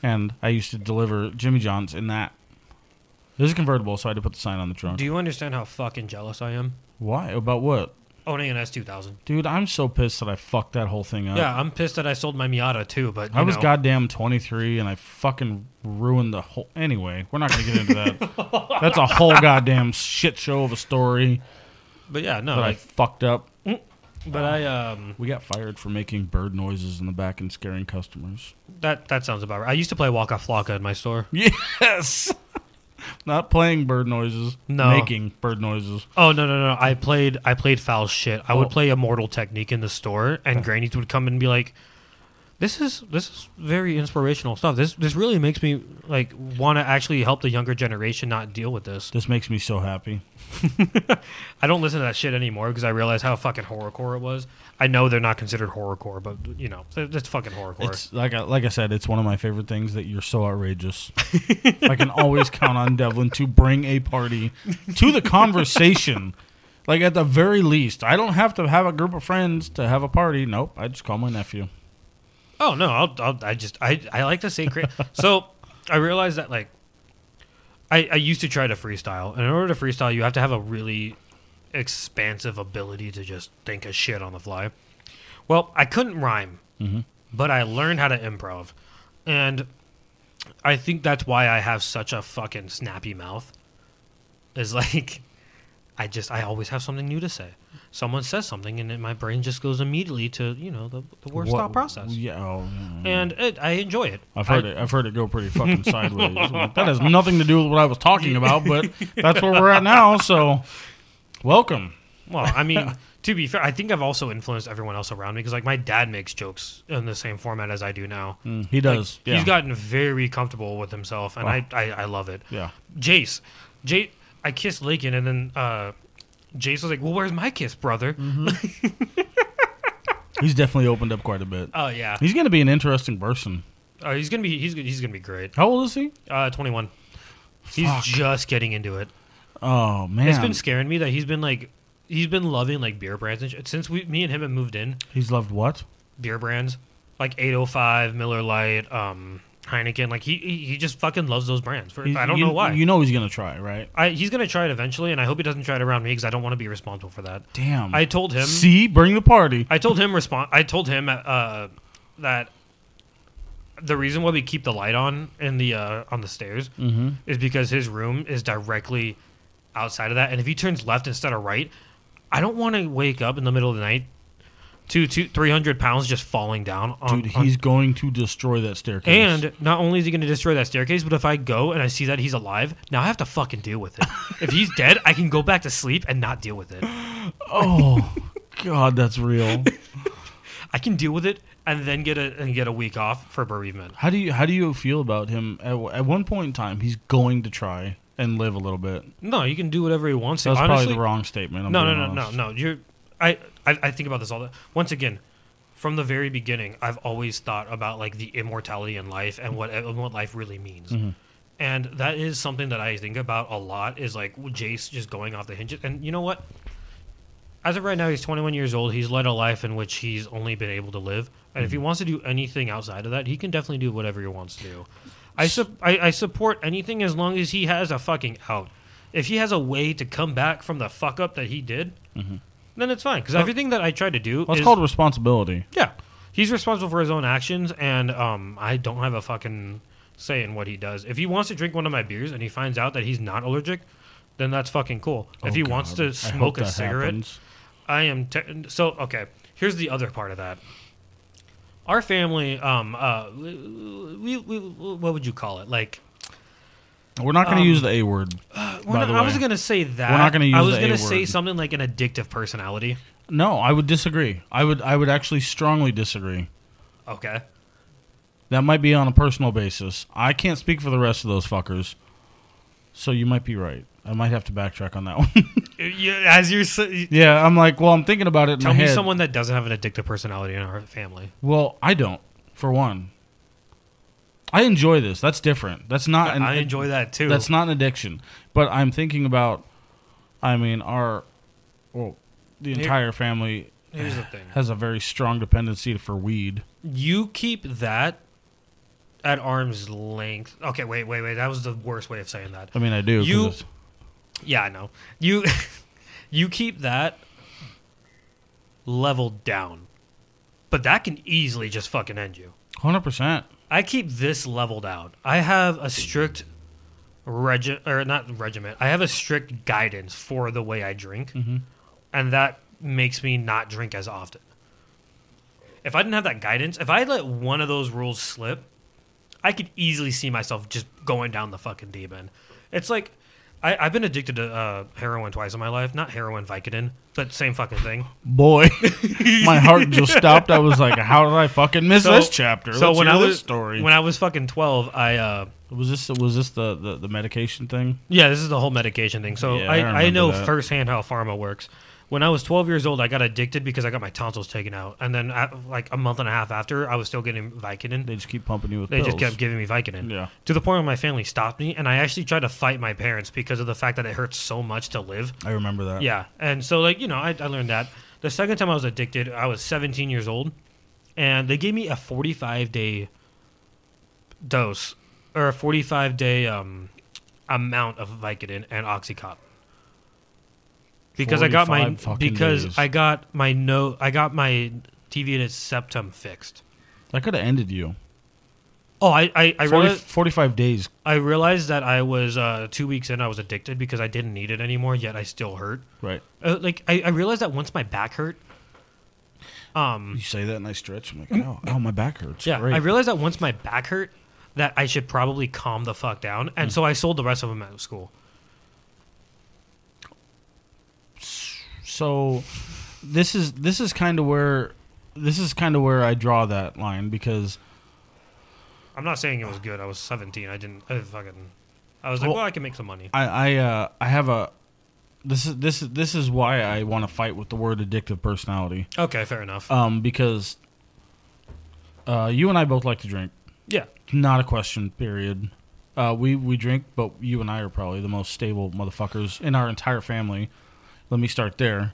[SPEAKER 4] And I used to deliver Jimmy John's in that. It was a convertible, so I had to put the sign on the trunk.
[SPEAKER 5] Do you understand how fucking jealous I am?
[SPEAKER 4] Why? About what?
[SPEAKER 5] Owning an S two thousand.
[SPEAKER 4] Dude, I'm so pissed that I fucked that whole thing up.
[SPEAKER 5] Yeah, I'm pissed that I sold my Miata too, but you
[SPEAKER 4] Oh. I was
[SPEAKER 5] know.
[SPEAKER 4] goddamn 23 and I fucking ruined the whole. Anyway, we're not going to get into that. That's a whole goddamn shit show of a story
[SPEAKER 5] But yeah, no,
[SPEAKER 4] that I
[SPEAKER 5] like,
[SPEAKER 4] fucked up.
[SPEAKER 5] but I um
[SPEAKER 4] We got fired for making bird noises in the back and scaring customers.
[SPEAKER 5] that that sounds about right. I used to play Waka Flocka in my store.
[SPEAKER 4] Yes! not playing bird noises.
[SPEAKER 5] No.
[SPEAKER 4] Making bird noises.
[SPEAKER 5] Oh no no no! I played Oh. I played foul shit. I would play Immortal Technique in the store, and grannies would come and be like, this is this is very inspirational stuff. This this really makes me like want to actually help the younger generation not deal with this.
[SPEAKER 4] This makes me so happy.
[SPEAKER 5] I don't listen to that shit anymore because I realize how fucking horrorcore it was. I know they're not considered horrorcore, but you know th- that's fucking horrorcore.
[SPEAKER 4] It's like I, like I said, it's one of my favorite things that you're so outrageous. I can always count on Devlin to bring a party to the conversation. Like at the very least, I don't have to have a group of friends to have a party. Nope, I just call my nephew.
[SPEAKER 5] Oh no, I'll, I'll, I just I, I like to say cra so I realized that like I, I used to try to freestyle, and in order to freestyle, you have to have a really expansive ability to just think of shit on the fly. Well, I couldn't rhyme, but I learned how to improv, and I think that's why I have such a fucking snappy mouth. Is *laughs* like I just I always have something new to say. Someone says something, and then my brain just goes immediately to you know the, the word
[SPEAKER 4] What-
[SPEAKER 5] stop process
[SPEAKER 4] Yeah, oh, yeah.
[SPEAKER 5] and it, I enjoy it.
[SPEAKER 4] I've heard it. I've heard it go pretty fucking sideways. Like, that has nothing to do with what I was talking about,
[SPEAKER 5] *laughs*
[SPEAKER 4] but that's where we're at now. So, welcome.
[SPEAKER 5] Well,
[SPEAKER 4] *laughs*
[SPEAKER 5] I mean, to be fair, I think I've also influenced everyone else around me because, like, my dad makes jokes in the same format as I do now.
[SPEAKER 4] Mm. He does. yeah.
[SPEAKER 5] He's gotten very comfortable with himself, and I, I, I love it.
[SPEAKER 4] Yeah.
[SPEAKER 5] Jace, Jace, I kissed Lakin, and then uh, Jace was like, "Well, where's my kiss, brother?"
[SPEAKER 4] Mm-hmm. He's definitely opened up quite a bit.
[SPEAKER 5] Oh yeah,
[SPEAKER 4] He's going to be an interesting person.
[SPEAKER 5] uh, he's gonna be he's he's gonna be great.
[SPEAKER 4] How old is he?
[SPEAKER 5] Uh, Twenty one. He's
[SPEAKER 4] Fuck.
[SPEAKER 5] just getting into it.
[SPEAKER 4] Oh man,
[SPEAKER 5] It's been scaring me that he's been like, he's been loving like beer brands and shit. since we, me and him have moved in.
[SPEAKER 4] he's loved what?
[SPEAKER 5] beer brands like 805 miller Lite, um heineken like he he he just fucking loves those brands for,
[SPEAKER 4] He's-
[SPEAKER 5] i don't
[SPEAKER 4] you-
[SPEAKER 5] know why
[SPEAKER 4] You know he's going to try, right?
[SPEAKER 5] I, he's gonna try it eventually and i hope he doesn't try it around me because i don't want to be responsible for that
[SPEAKER 4] Damn.
[SPEAKER 5] i told him
[SPEAKER 4] See, bring the party.
[SPEAKER 5] i told him respon i told him uh that the reason why we keep the light on in the uh on the stairs
[SPEAKER 4] Mm-hmm.
[SPEAKER 5] is because his room is directly outside of that and if he turns left instead of right i don't want to wake up in the middle of the night to two, 300 pounds just falling down on,
[SPEAKER 4] Dude,
[SPEAKER 5] on
[SPEAKER 4] he's going to destroy that staircase.
[SPEAKER 5] And *laughs* not only is he going to destroy that staircase, but if I go and I see that he's alive, now I have to fucking deal with
[SPEAKER 4] *laughs*
[SPEAKER 5] it. if he's dead, I can go back to sleep and not deal with it.
[SPEAKER 4] oh god, that's real.
[SPEAKER 5] I can deal with it and then get a and get a week off for bereavement.
[SPEAKER 4] How do you how do you feel about him? At, at one point in time, he's going to try and live a little bit.
[SPEAKER 5] No, you can do whatever he wants. to.
[SPEAKER 4] That's
[SPEAKER 5] Honestly,
[SPEAKER 4] probably the wrong statement. I'm
[SPEAKER 5] No, no,
[SPEAKER 4] being
[SPEAKER 5] no, no,
[SPEAKER 4] honest.
[SPEAKER 5] no. You're I, I I think about this all the once again. From the very beginning, I've always thought about like the immortality in life and what and what life really means.
[SPEAKER 4] Mm-hmm.
[SPEAKER 5] And that is something that I think about a lot is like Jace just going off the hinges. And you know what? As of right now, he's 21 years old. He's led a life in which he's only been able to live. And if
[SPEAKER 4] Hmm.
[SPEAKER 5] he wants to do anything outside of that, he can definitely do whatever he wants to do. I, sup I, I support anything as long as he has a fucking out. If he has a way to come back from the fuck up that he did,
[SPEAKER 4] Mm-hmm.
[SPEAKER 5] then it's fine. Because everything that I tried to do
[SPEAKER 4] That's
[SPEAKER 5] is-
[SPEAKER 4] called responsibility.
[SPEAKER 5] yeah, he's responsible for his own actions, and um, I don't have a fucking say in what he does. If he wants to drink one of my beers and he finds out that he's not allergic, then that's fucking cool. if he wants
[SPEAKER 4] Oh, God, I
[SPEAKER 5] to smoke
[SPEAKER 4] hope
[SPEAKER 5] a
[SPEAKER 4] that
[SPEAKER 5] cigarette,
[SPEAKER 4] happens.
[SPEAKER 5] I am te- so okay. Here's the other part of that. Our family, um, uh, we, we, we what would you call it? Like,
[SPEAKER 4] We're not going
[SPEAKER 5] um,
[SPEAKER 4] to use the a word.
[SPEAKER 5] we're
[SPEAKER 4] by
[SPEAKER 5] not-
[SPEAKER 4] the
[SPEAKER 5] I was
[SPEAKER 4] way.
[SPEAKER 5] gonna say that.
[SPEAKER 4] We're not gonna
[SPEAKER 5] I
[SPEAKER 4] use
[SPEAKER 5] was
[SPEAKER 4] the A
[SPEAKER 5] gonna say
[SPEAKER 4] word.
[SPEAKER 5] something like an addictive personality.
[SPEAKER 4] No, I would disagree. I would I would actually strongly disagree.
[SPEAKER 5] Okay.
[SPEAKER 4] That might be on a personal basis. I can't speak for the rest of those fuckers. So you might be right. I might have to backtrack on that *laughs* one.
[SPEAKER 5] Uh, Yeah, as you're s-
[SPEAKER 4] yeah, I'm like, well, I'm thinking about it in
[SPEAKER 5] tell
[SPEAKER 4] my
[SPEAKER 5] me
[SPEAKER 4] head.
[SPEAKER 5] someone that doesn't have an addictive personality in our family.
[SPEAKER 4] Well, I don't. For one, I enjoy this. That's different. That's not.
[SPEAKER 5] I enjoy that too.
[SPEAKER 4] That's not an addiction. But I'm thinking about. I mean, our well, the entire family
[SPEAKER 5] Here's the thing.
[SPEAKER 4] has a very strong dependency for weed.
[SPEAKER 5] You keep that at arm's length. Okay, wait, wait, wait. That was the worst way of saying that.
[SPEAKER 4] I mean, I do. 'cause
[SPEAKER 5] You-
[SPEAKER 4] it's-
[SPEAKER 5] Yeah, I know. You *laughs* you keep that level down. But that can easily just fucking end you.
[SPEAKER 4] 100%.
[SPEAKER 5] I keep this leveled out. I have a strict regi- or not regiment. I have a strict guidance for the way I drink,
[SPEAKER 4] Mm-hmm.
[SPEAKER 5] and that makes me not drink as often. If I didn't have that guidance, if I let one of those rules slip, I could easily see myself just going down the fucking deep end. It's like I, I've been addicted to uh, heroin twice in my life. Not heroin, Vicodin, but same fucking thing. *laughs*
[SPEAKER 4] Boy, my heart just stopped. I was like, "How did I fucking miss
[SPEAKER 5] So-
[SPEAKER 4] this chapter?"
[SPEAKER 5] So
[SPEAKER 4] Let's
[SPEAKER 5] when
[SPEAKER 4] hear
[SPEAKER 5] I was
[SPEAKER 4] this story,
[SPEAKER 5] when I was fucking twelve, I uh,
[SPEAKER 4] was this was this the, the, the medication thing?
[SPEAKER 5] Yeah, this is the whole medication thing. So
[SPEAKER 4] Yeah, I
[SPEAKER 5] I, I,
[SPEAKER 4] remember
[SPEAKER 5] know
[SPEAKER 4] that.
[SPEAKER 5] firsthand how pharma works. When I was 12 years old, I got addicted because I got my tonsils taken out, and then I, like a month and a half after, I was still getting Vicodin.
[SPEAKER 4] They
[SPEAKER 5] They,
[SPEAKER 4] just keep pumping you with
[SPEAKER 5] just
[SPEAKER 4] pills.
[SPEAKER 5] kept giving me Vicodin.
[SPEAKER 4] Yeah.
[SPEAKER 5] To the point where my family stopped me, and I actually tried to fight my parents because of the fact that it hurts so much to live.
[SPEAKER 4] I remember that.
[SPEAKER 5] Yeah, and so like you know, I, I learned that the second time I was addicted, I was 17 years old, and they gave me a 45 day dose or a 45 day um, amount of Vicodin and OxyContin because I got my
[SPEAKER 4] 45 fucking
[SPEAKER 5] because
[SPEAKER 4] days.
[SPEAKER 5] I got my no I got my deviated septum fixed.
[SPEAKER 4] that could have ended you.
[SPEAKER 5] Oh, I I,
[SPEAKER 4] 40,
[SPEAKER 5] I realized
[SPEAKER 4] 45 days.
[SPEAKER 5] I realized that I was uh, two weeks in. I was addicted because I didn't need it anymore. Yet I still hurt.
[SPEAKER 4] Right.
[SPEAKER 5] Uh, like I, I realized that once my back hurt. Um,
[SPEAKER 4] You say that and I stretch. I'm like, oh, oh my back hurts.
[SPEAKER 5] yeah,
[SPEAKER 4] Great.
[SPEAKER 5] I realized that once my back hurt, that I should probably calm the fuck down, and
[SPEAKER 4] Hmm.
[SPEAKER 5] so I sold the rest of them at school.
[SPEAKER 4] so this is this is kind of where this is kind of where I draw that line because
[SPEAKER 5] I'm not saying it was good. I was 17. I didn't. I didn't fucking. I was like,
[SPEAKER 4] Well-
[SPEAKER 5] well, I can make some money.
[SPEAKER 4] I I uh, I have a this is this is this is why I want to fight with the word addictive personality
[SPEAKER 5] Okay, fair enough.
[SPEAKER 4] um because uh, you and I both like to drink.
[SPEAKER 5] yeah,
[SPEAKER 4] Not a question. Period. Uh, we we drink, but you and I are probably the most stable motherfuckers in our entire family. Let me start there.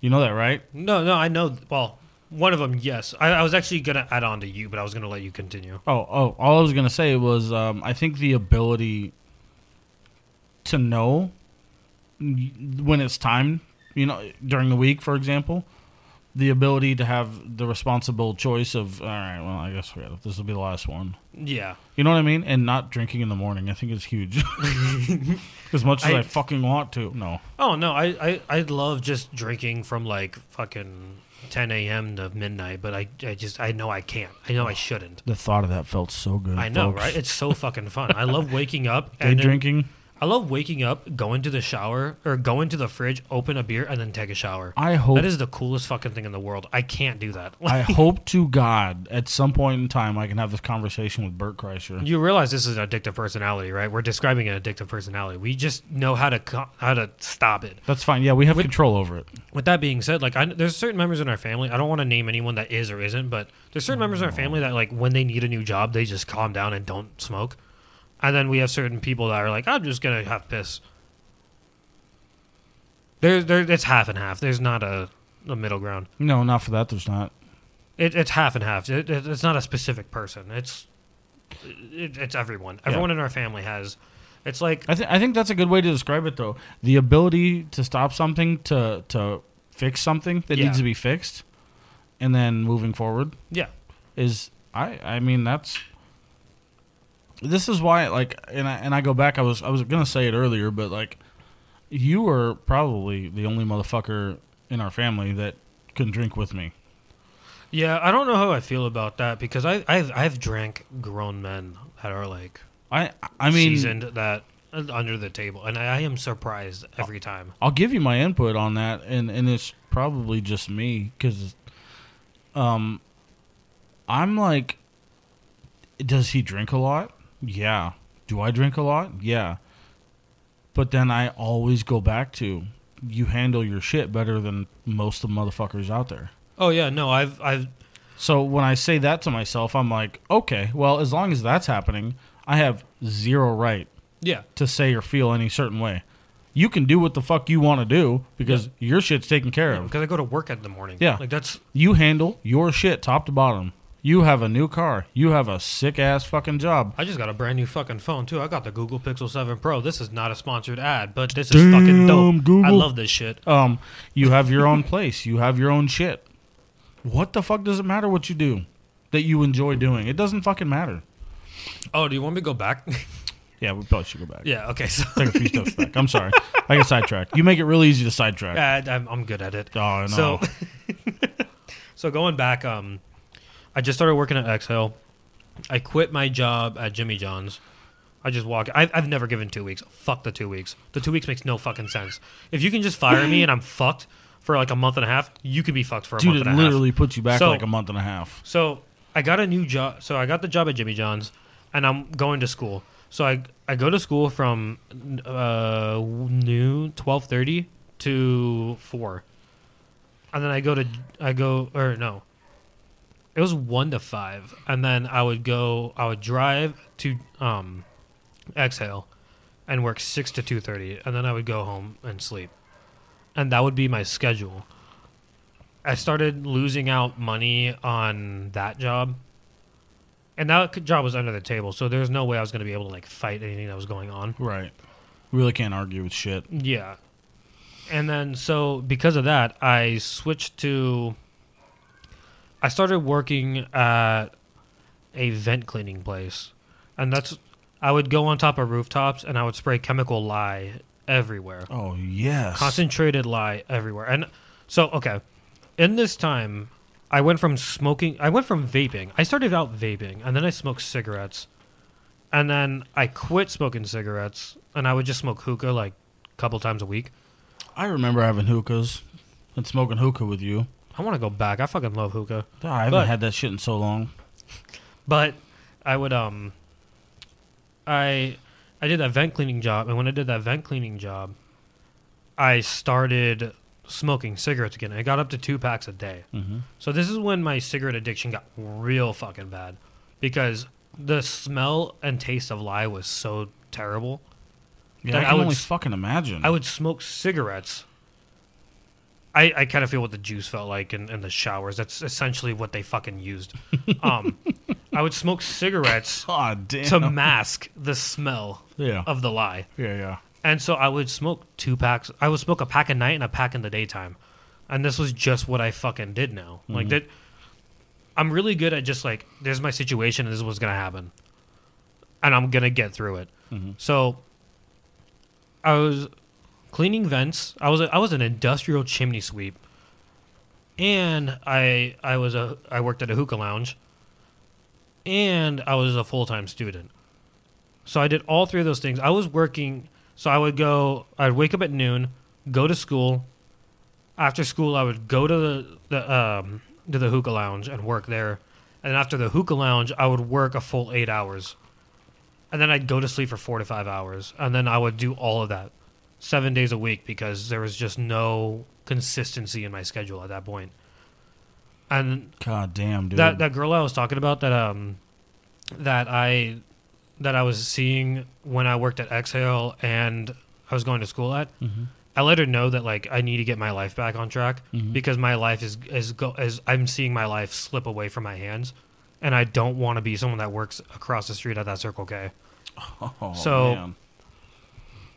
[SPEAKER 4] You know that, right?
[SPEAKER 5] no, no, I know. Well, one of them, yes. I, I was actually gonna add on to you, but I was gonna let you continue.
[SPEAKER 4] Oh, oh, all I was gonna say was, um, I think the ability to know when it's time, you know, during the week, for example, the ability to have the responsible choice of, all right, well, I guess we gotta, this will be the last one.
[SPEAKER 5] Yeah,
[SPEAKER 4] You know what I mean? And not drinking in the morning, I think is
[SPEAKER 5] *laughs*
[SPEAKER 4] huge. as much as I,
[SPEAKER 5] I-
[SPEAKER 4] fucking want to, no.
[SPEAKER 5] Oh no, I, I I love just drinking from like fucking 10 a.m. to midnight, but I I just I know I can't. I know I shouldn't.
[SPEAKER 4] The thought of that felt so good.
[SPEAKER 5] I know,
[SPEAKER 4] Oh. folks.
[SPEAKER 5] right? It's so fucking fun. I love waking
[SPEAKER 4] *laughs*
[SPEAKER 5] up
[SPEAKER 4] Day
[SPEAKER 5] and then- *laughs*
[SPEAKER 4] drinking.
[SPEAKER 5] I love waking up, going to the shower or going to the fridge, open a beer, and then take a shower.
[SPEAKER 4] I hope
[SPEAKER 5] that is the coolest fucking thing in the world. I can't do that.
[SPEAKER 4] I hope to God at some point in time I can have this conversation with Bert Kreischer.
[SPEAKER 5] *laughs* you realize this is an addictive personality, right? We're describing an addictive personality. We just know how to co- how to stop it.
[SPEAKER 4] That's fine. Yeah, we have control over it.
[SPEAKER 5] with that being said, like I, there's certain members in our family. I don't want to name anyone that is or isn't, but there's certain members in our family that like when they need a new job, they just calm down and don't smoke. And then we have certain people that are like, I'm just gonna have piss. There, there, it's half and half. There's not a, a middle ground.
[SPEAKER 4] No, not for that. There's not.
[SPEAKER 5] It, it's half and half. It, it, it's not a specific person. It's it, it's everyone. Everyone in our family has. It's like
[SPEAKER 4] I think I think that's a good way to describe it though. The ability to stop something to to fix something that
[SPEAKER 5] Yeah.
[SPEAKER 4] needs to be fixed, and then moving forward
[SPEAKER 5] yeah,
[SPEAKER 4] is I I mean that's this is why like and I and I go back. I was I was gonna say it earlier, but like you were probably the only motherfucker in our family that can drink with me.
[SPEAKER 5] yeah. I don't know how I feel about that because I I've I've drank grown men that are like
[SPEAKER 4] I I mean
[SPEAKER 5] seasoned that under the table, and I, I am surprised every time.
[SPEAKER 4] I'll give you my input on that, and and it's probably just me because, um, I'm like, does he drink a lot? Yeah. Do I drink a lot? Yeah. But then I always go back to you handle your shit better than most of the motherfuckers out there.
[SPEAKER 5] Oh yeah, no, I've I've
[SPEAKER 4] So when I say that to myself, I'm like, okay, well, as long as that's happening, I have zero right
[SPEAKER 5] yeah
[SPEAKER 4] to say or feel any certain way. You can do what the fuck you want to do because your shit's taken care of.
[SPEAKER 5] because I go to work in the morning.
[SPEAKER 4] Yeah.
[SPEAKER 5] like that's
[SPEAKER 4] You handle your shit top to bottom. You have a new car. You have a sick ass fucking job.
[SPEAKER 5] I just got a brand new fucking phone too. I got the Google Pixel Seven Pro. This is not a sponsored ad, but this is
[SPEAKER 4] Damn,
[SPEAKER 5] fucking dope. I
[SPEAKER 4] Google.
[SPEAKER 5] love this shit.
[SPEAKER 4] Um, you have your
[SPEAKER 5] *laughs*
[SPEAKER 4] own place. You have your own shit. What the fuck does it matter what you do that you enjoy doing? It doesn't fucking matter.
[SPEAKER 5] Oh, do you want me to go back? *laughs*
[SPEAKER 4] Yeah, we probably should go back.
[SPEAKER 5] yeah. Okay. So *laughs*
[SPEAKER 4] Take a few steps back. I'm sorry. I get sidetracked. You make it really easy to sidetrack.
[SPEAKER 5] I, I'm, I'm good at it.
[SPEAKER 4] Oh, no.
[SPEAKER 5] So, *laughs* so going back, um, I just started working at Exhale. I quit my job at Jimmy John's. I just walk. I, I've never given two weeks. Fuck the two weeks. The two weeks makes no fucking sense. If you can just fire me and I'm fucked for like a month and a half, you can be fucked for *laughs* a
[SPEAKER 4] Dude,
[SPEAKER 5] month
[SPEAKER 4] it
[SPEAKER 5] and a half.
[SPEAKER 4] literally puts you back
[SPEAKER 5] So-
[SPEAKER 4] like a month and a half.
[SPEAKER 5] So I got a new job. So I got the job at Jimmy John's, and I'm going to school. So I I go to school from uh, noon twelve thirty to four, and then I go to I go or no, it was one to five, and then I would go I would drive to um, exhale, and work six to two thirty, and then I would go home and sleep, and that would be my schedule. I started losing out money on that job. And that c- job was under the table, so there's no way I was going to be able to like fight anything that was going on.
[SPEAKER 4] Right. Really can't argue with shit.
[SPEAKER 5] Yeah. And then so because of that, I switched to I started working at a vent cleaning place. And that's I would go on top of rooftops and I would spray chemical lye everywhere
[SPEAKER 4] Oh yes.
[SPEAKER 5] concentrated lie everywhere. And so, okay, in this time, I went from smoking, I went from vaping. I started out vaping, and then I smoked cigarettes, and then I quit smoking cigarettes, and I would just smoke hookah like a couple times a week.
[SPEAKER 4] I remember having hookahs and smoking hookah with you.
[SPEAKER 5] I want to go back. I fucking love hookah,
[SPEAKER 4] Ah, I haven't
[SPEAKER 5] But-
[SPEAKER 4] had that shit in so long.
[SPEAKER 5] but I would um, I I did that vent cleaning job, and when I did that vent cleaning job, I started smoking cigarettes again. I got up to two packs a day.
[SPEAKER 4] Mm-hmm.
[SPEAKER 5] So this is when my cigarette addiction got real fucking bad because the smell and taste of lye was so terrible.
[SPEAKER 4] Yeah,
[SPEAKER 5] That
[SPEAKER 4] I
[SPEAKER 5] I
[SPEAKER 4] can
[SPEAKER 5] would
[SPEAKER 4] only
[SPEAKER 5] s-
[SPEAKER 4] fucking imagine.
[SPEAKER 5] I would smoke cigarettes. I, I kind of feel what the juice felt like in, in the showers. That's essentially what they
[SPEAKER 4] *laughs*
[SPEAKER 5] fucking used. Um, I would smoke cigarettes
[SPEAKER 4] God Oh, damn.
[SPEAKER 5] to mask the smell
[SPEAKER 4] Yeah.
[SPEAKER 5] of the lye.
[SPEAKER 4] yeah, yeah.
[SPEAKER 5] And so I would smoke two packs. I would smoke a pack at night and a pack in the daytime. And this was just what I fucking did now. Like that I'm really good at just like there's my situation and this is what's going to happen. And I'm going to get through it. So I was cleaning vents. I was a, I was an industrial chimney sweep. And I I was a I worked at a hookah lounge. And I was a full-time student. So I did all three of those things. I was working. So I would go. I'd wake up at noon, go to school. After school, I would go to the, the um, to the hookah lounge and work there. And after the hookah lounge, I would work a full eight hours, and then I'd go to sleep for four to five hours, and then I would do all of that seven days a week because there was just no consistency in my schedule at that point. And
[SPEAKER 4] God damn, dude.
[SPEAKER 5] that that girl I was talking about that um that I that I was seeing when I worked at Exhale and I was going to school at. I let her know that like I need to get my life back on track because my life is is go is I'm seeing my life slip away from my hands, and I don't want to be someone that works across the street at that Circle K.
[SPEAKER 4] oh,
[SPEAKER 5] so-
[SPEAKER 4] man.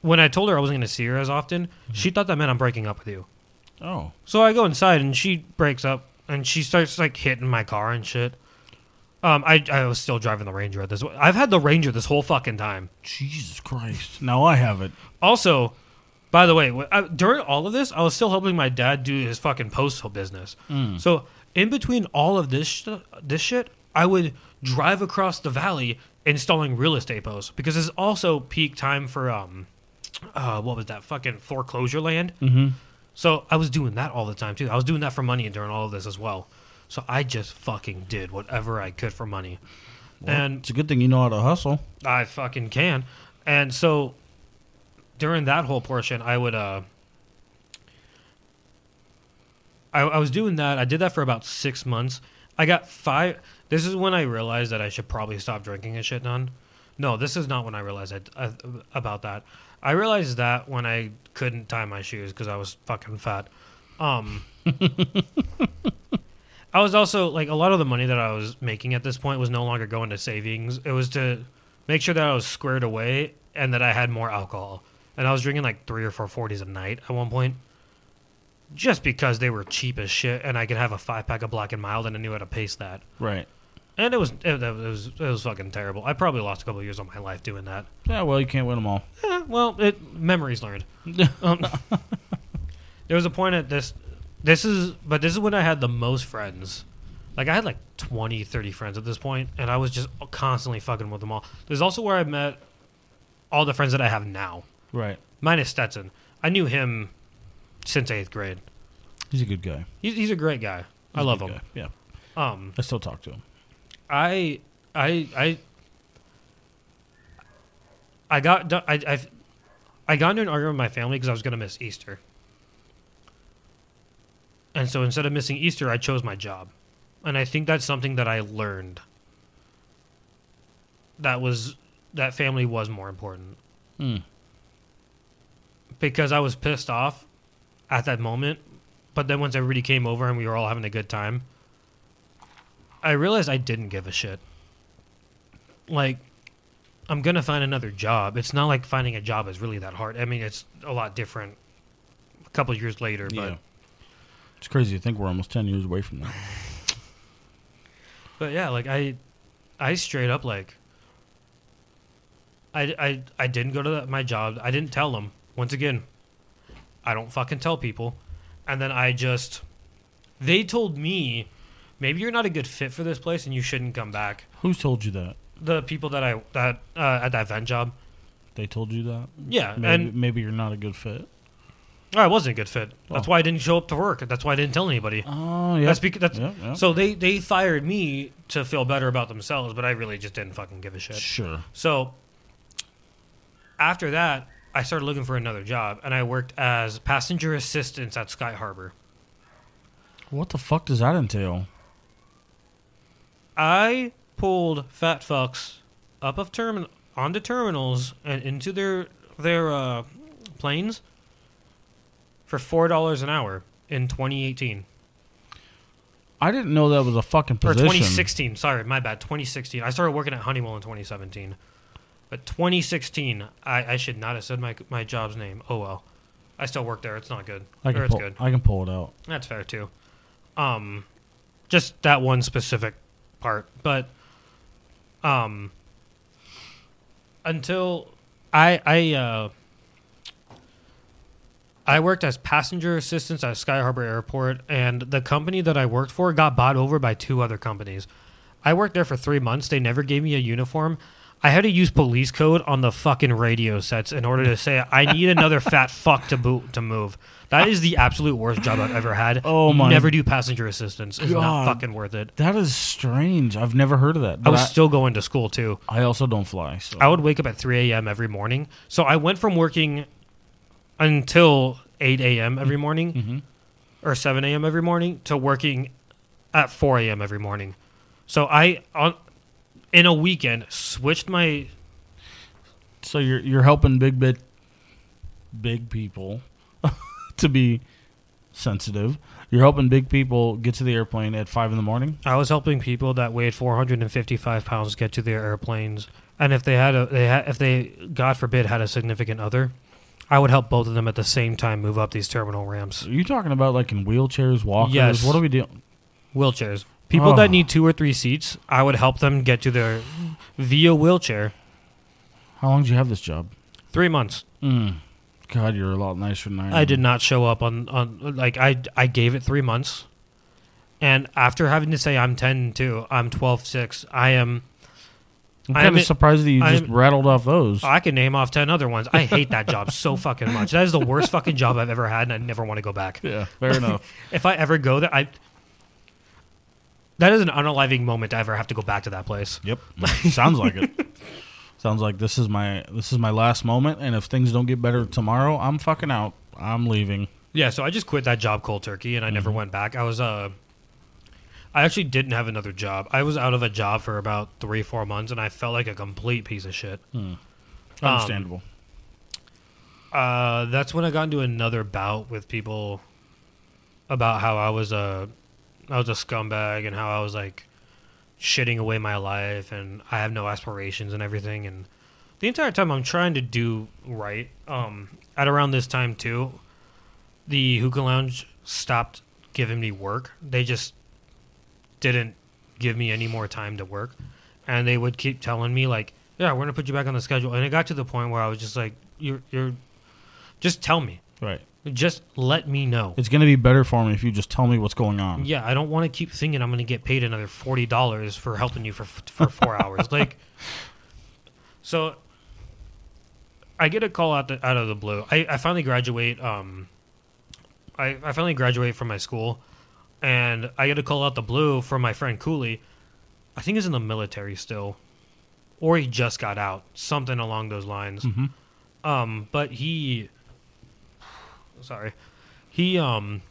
[SPEAKER 5] When I told her I wasn't going to see her as often, she thought that meant I'm breaking up with you.
[SPEAKER 4] Oh.
[SPEAKER 5] So I go inside and she breaks up and she starts like hitting my car and shit. Um, I I was still driving the Ranger at this. I've had the Ranger this whole fucking time.
[SPEAKER 4] Jesus Christ. Now I have it.
[SPEAKER 5] Also, by the way, wh- I, during all of this, I was still helping my dad do his fucking postal business. So in between all of this sh- this shit, I would drive across the valley installing real estate posts because it's also peak time for um, uh, what was that fucking foreclosure land? Mm-hmm. So I was doing that all the time too. I was doing that for money during all of this as well. So I just fucking did whatever I could for money, and
[SPEAKER 4] It's a good thing you know how to hustle.
[SPEAKER 5] I fucking can. And so during that whole portion, I would uh I, I was doing that. I did that for about six months. I got five. This is when I realized that I should probably stop drinking and shit. None. No, this is not when I realized I, I, about that. I realized that when I couldn't tie my shoes because I was fucking fat. Um, I was also like a lot of the money that I was making at this point was no longer going to savings. It was to make sure that I was squared away and that I had more alcohol. And I was drinking like three or four forties a night at one point just because they were cheap as shit, and I could have a five pack of Black and Mild, and I knew how to pace that.
[SPEAKER 4] Right.
[SPEAKER 5] And it was it, it was it was fucking terrible. I probably lost a couple of years of my life doing that.
[SPEAKER 4] Yeah, well, you can't win them all.
[SPEAKER 5] Eh, well, it memories
[SPEAKER 4] *laughs*
[SPEAKER 5] learned. Um, there was a point at this. This is but this is when I had the most friends. Like I had like 20, 30 friends at this point, and I was just constantly fucking with them all. There's also where I met all the friends that I have now,
[SPEAKER 4] Right.
[SPEAKER 5] minus Stetson. I knew him since eighth grade.
[SPEAKER 4] He's a good guy.
[SPEAKER 5] He's, he's a great guy. I
[SPEAKER 4] He's a
[SPEAKER 5] love
[SPEAKER 4] good
[SPEAKER 5] him.
[SPEAKER 4] guy. Yeah.
[SPEAKER 5] Um,
[SPEAKER 4] I still talk to him.
[SPEAKER 5] I I I I got do- I I I got into an argument with my family because I was going to miss Easter. And so instead of missing Easter, I chose my job. And I think that's something that I learned. That was that family was more important. Because I was pissed off at that moment, but then once everybody came over and we were all having a good time, I realized I didn't give a shit. Like, I'm gonna find another job. It's not like finding a job is really that hard. I mean, it's a lot different. A couple years later, but
[SPEAKER 4] Yeah. It's crazy to think we're almost 10 years away from that.
[SPEAKER 5] But yeah, like I, I straight up like. I I I didn't go to the, my job. I didn't tell them. Once again, I don't fucking tell people, and then I just, they told me, maybe you're not a good fit for this place and you shouldn't come back.
[SPEAKER 4] Who told you that?
[SPEAKER 5] The people that I that uh, at that vent job,
[SPEAKER 4] They told you that?
[SPEAKER 5] yeah,
[SPEAKER 4] Maybe,
[SPEAKER 5] and
[SPEAKER 4] maybe you're not a good fit.
[SPEAKER 5] I wasn't a good fit. That's
[SPEAKER 4] Oh.
[SPEAKER 5] why I didn't show up to work. That's why I didn't tell anybody.
[SPEAKER 4] Oh, yeah.
[SPEAKER 5] That's because that's
[SPEAKER 4] Yeah, yeah.
[SPEAKER 5] so they they fired me to feel better about themselves, but I really just didn't fucking give a shit.
[SPEAKER 4] Sure.
[SPEAKER 5] So after that, I started looking for another job, and I worked as passenger assistance at Sky Harbor.
[SPEAKER 4] What the fuck does that entail?
[SPEAKER 5] I pulled fat fucks up of termin onto terminals and into their their uh, planes for four dollars an hour in 2018
[SPEAKER 4] I didn't know that was a fucking
[SPEAKER 5] or
[SPEAKER 4] position.
[SPEAKER 5] 2016. Sorry, my bad. 2016. I started working at Honeywell in 2017, but 2016, I, I should not have said my my job's name. Oh well, I still work there. It's not good.
[SPEAKER 4] I
[SPEAKER 5] or
[SPEAKER 4] can,
[SPEAKER 5] it's
[SPEAKER 4] pull,
[SPEAKER 5] good.
[SPEAKER 4] I can pull it out.
[SPEAKER 5] That's fair too. Um, just that one specific part, but um, until I I uh, I worked as passenger assistance at Sky Harbor Airport, and the company that I worked for got bought over by two other companies. I worked there for three months. They never gave me a uniform. I had to use police code on the fucking radio sets in order to say I
[SPEAKER 4] *laughs*
[SPEAKER 5] need another fat fuck to boot to move. That is the absolute worst job I've ever had.
[SPEAKER 4] Oh my
[SPEAKER 5] Never do passenger assistance. It's
[SPEAKER 4] God.
[SPEAKER 5] not fucking worth it.
[SPEAKER 4] That is strange. I've never heard of that.
[SPEAKER 5] I
[SPEAKER 4] But
[SPEAKER 5] was
[SPEAKER 4] I,
[SPEAKER 5] still going to school too.
[SPEAKER 4] I also don't fly. So
[SPEAKER 5] I would wake up at 3 a.m. every morning. So I went from working until 8 a.m. every morning
[SPEAKER 4] Mm-hmm.
[SPEAKER 5] or 7 a.m. every morning to working at 4 a.m. every morning. So I, on, in a weekend, switched my.
[SPEAKER 4] So you're you're helping big bit big people *laughs* to be sensitive. You're helping big people get to the airplane at five in the morning.
[SPEAKER 5] I was helping people that weighed 455 pounds get to their airplanes. And if they had a, they had, if they, God forbid, had a significant other, I would help both of them at the same time move up these terminal ramps.
[SPEAKER 4] Are you talking about like in wheelchairs, walkers?
[SPEAKER 5] Yes.
[SPEAKER 4] What are we doing?
[SPEAKER 5] wheelchairs. People that
[SPEAKER 4] Oh.
[SPEAKER 5] need two or three seats, I would help them get to their via wheelchair.
[SPEAKER 4] How long do you have this job?
[SPEAKER 5] Three months.
[SPEAKER 4] God, you're a lot nicer than I. Am.
[SPEAKER 5] I did not show up on, on like I I gave it three months, and after having to say I'm ten two, I'm twelve six, I am.
[SPEAKER 4] I'm
[SPEAKER 5] I
[SPEAKER 4] kind
[SPEAKER 5] am-
[SPEAKER 4] of surprised that you just
[SPEAKER 5] I'm-
[SPEAKER 4] rattled off those.
[SPEAKER 5] I can name off ten other ones. I hate that job so fucking much. That is the worst fucking job I've ever had, and I never want to go back.
[SPEAKER 4] yeah,
[SPEAKER 5] *laughs*
[SPEAKER 4] fair enough.
[SPEAKER 5] If I ever go there, I. That is an unaliving moment to ever have to go back to that place.
[SPEAKER 4] Yep, sounds like it. *laughs* Sounds like this is my this is my last moment, and if things don't get better tomorrow, I'm fucking out. I'm leaving.
[SPEAKER 5] Yeah, so I just quit that job cold turkey and I never went back. I was uh I actually didn't have another job. I was out of a job for about 3 4 months and I felt like a complete piece of shit. Um,
[SPEAKER 4] Understandable.
[SPEAKER 5] Uh that's when I got into another bout with people about how I was a I was a scumbag and how I was like shitting away my life and I have no aspirations and everything and the entire time I'm trying to do right. Um at around this time too, the hookah lounge stopped giving me work. They just didn't give me any more time to work. And they would keep telling me like, "Yeah, we're going to put you back on the schedule." And it got to the point where I was just like, "You're you're just tell me.
[SPEAKER 4] right.
[SPEAKER 5] Just let me know."
[SPEAKER 4] It's gonna be better for me if you just tell me what's going on.
[SPEAKER 5] Yeah, I don't want to keep thinking I'm going to get paid another forty dollars for helping you for for four hours. Like, so I get a call out the, out of the blue. I, I finally graduate. Um, I, I finally graduate from my school, and I get a call out the blue from my friend Cooley. I think he's in the military still, or he just got out. Something along those lines. Um, but he, *sighs* sorry, he um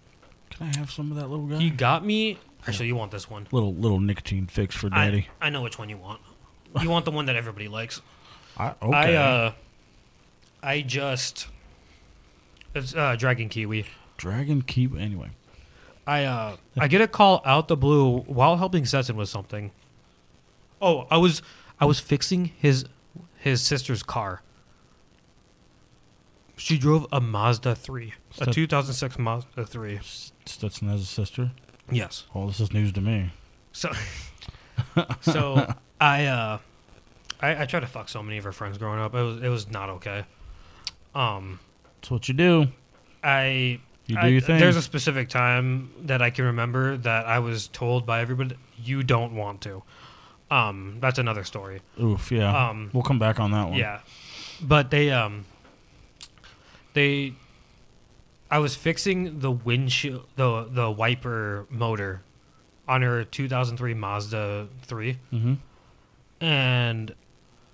[SPEAKER 4] Can I have some of that little guy?
[SPEAKER 5] he got me. Actually, you want this one?
[SPEAKER 4] little little nicotine fix for
[SPEAKER 5] I,
[SPEAKER 4] daddy.
[SPEAKER 5] I know which one you want. You want the one that everybody likes.
[SPEAKER 4] I, okay.
[SPEAKER 5] I uh, I just it's uh, Dragon Kiwi.
[SPEAKER 4] Dragon keep anyway.
[SPEAKER 5] I uh, I get a call out the blue while helping Stetson with something. Oh, I was I was fixing his his sister's car. She drove a Mazda three, a
[SPEAKER 4] Stet-
[SPEAKER 5] 2006 Mazda three.
[SPEAKER 4] Stetson has a sister.
[SPEAKER 5] Yes.
[SPEAKER 4] Oh, this is news to me.
[SPEAKER 5] So, *laughs* so I, uh, I I tried to fuck so many of her friends growing up. It was it was not okay. Um,
[SPEAKER 4] That's what you do.
[SPEAKER 5] I
[SPEAKER 4] You do
[SPEAKER 5] I-
[SPEAKER 4] your thing.
[SPEAKER 5] There's a specific time that I can remember that I was told by everybody, "You don't want to." Um, that's another story.
[SPEAKER 4] Oof, yeah.
[SPEAKER 5] Um,
[SPEAKER 4] we'll come back on that one.
[SPEAKER 5] Yeah, but they um, they, I was fixing the windshield, the the wiper motor, on her 2003 Mazda 3
[SPEAKER 4] Mhm.
[SPEAKER 5] and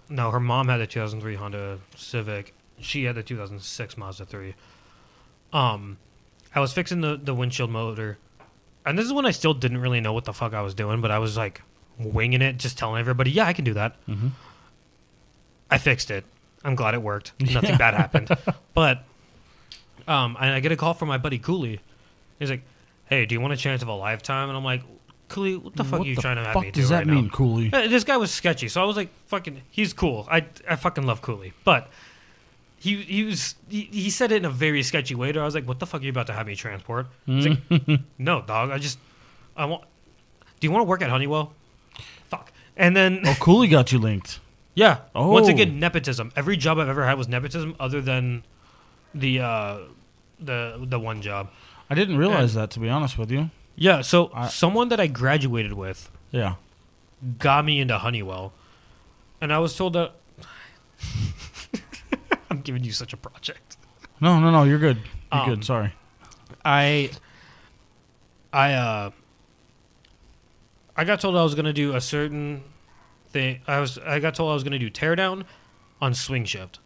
[SPEAKER 5] no, her mom had a 2003 Honda Civic. She had the 2006 Mazda 3. Um, I was fixing the the windshield motor, and this is when I still didn't really know what the fuck I was doing, but I was like winging it, just telling everybody, "Yeah, I can do that."
[SPEAKER 4] Mm-hmm.
[SPEAKER 5] I fixed it. I'm glad it worked.
[SPEAKER 4] *laughs*
[SPEAKER 5] Nothing bad happened. But um, and I get a call from my buddy Cooley. He's like, "Hey, do you want a chance of a lifetime?" And I'm like, "Cooley, what the fuck
[SPEAKER 4] What
[SPEAKER 5] are you
[SPEAKER 4] the
[SPEAKER 5] trying to have
[SPEAKER 4] fuck
[SPEAKER 5] me do
[SPEAKER 4] does that
[SPEAKER 5] right
[SPEAKER 4] mean,
[SPEAKER 5] now?"
[SPEAKER 4] Cooley?
[SPEAKER 5] Uh, This guy was sketchy, so I was like, "Fucking, he's cool. I, I fucking love Cooley." But he he was he, he said it in a very sketchy way. To I was like, "What the fuck are you about to have me transport?" He's like, "No, dog. I just I want. Do you want to work at Honeywell? Fuck." And then
[SPEAKER 4] Oh, Cooley got you linked.
[SPEAKER 5] yeah. Once
[SPEAKER 4] Oh.
[SPEAKER 5] again, nepotism. Every job I've ever had was nepotism, other than the uh, the the one job.
[SPEAKER 4] I didn't realize that, to be honest with you.
[SPEAKER 5] Yeah. So
[SPEAKER 4] I-
[SPEAKER 5] someone that I graduated with
[SPEAKER 4] Yeah.
[SPEAKER 5] got me into Honeywell, and I was told that *laughs* I'm giving you such a project.
[SPEAKER 4] No, no, no. You're good. You're
[SPEAKER 5] Um,
[SPEAKER 4] good. Sorry.
[SPEAKER 5] I I uh I got told I was gonna do a certain thing. I was I got told I was gonna do teardown on swing shift.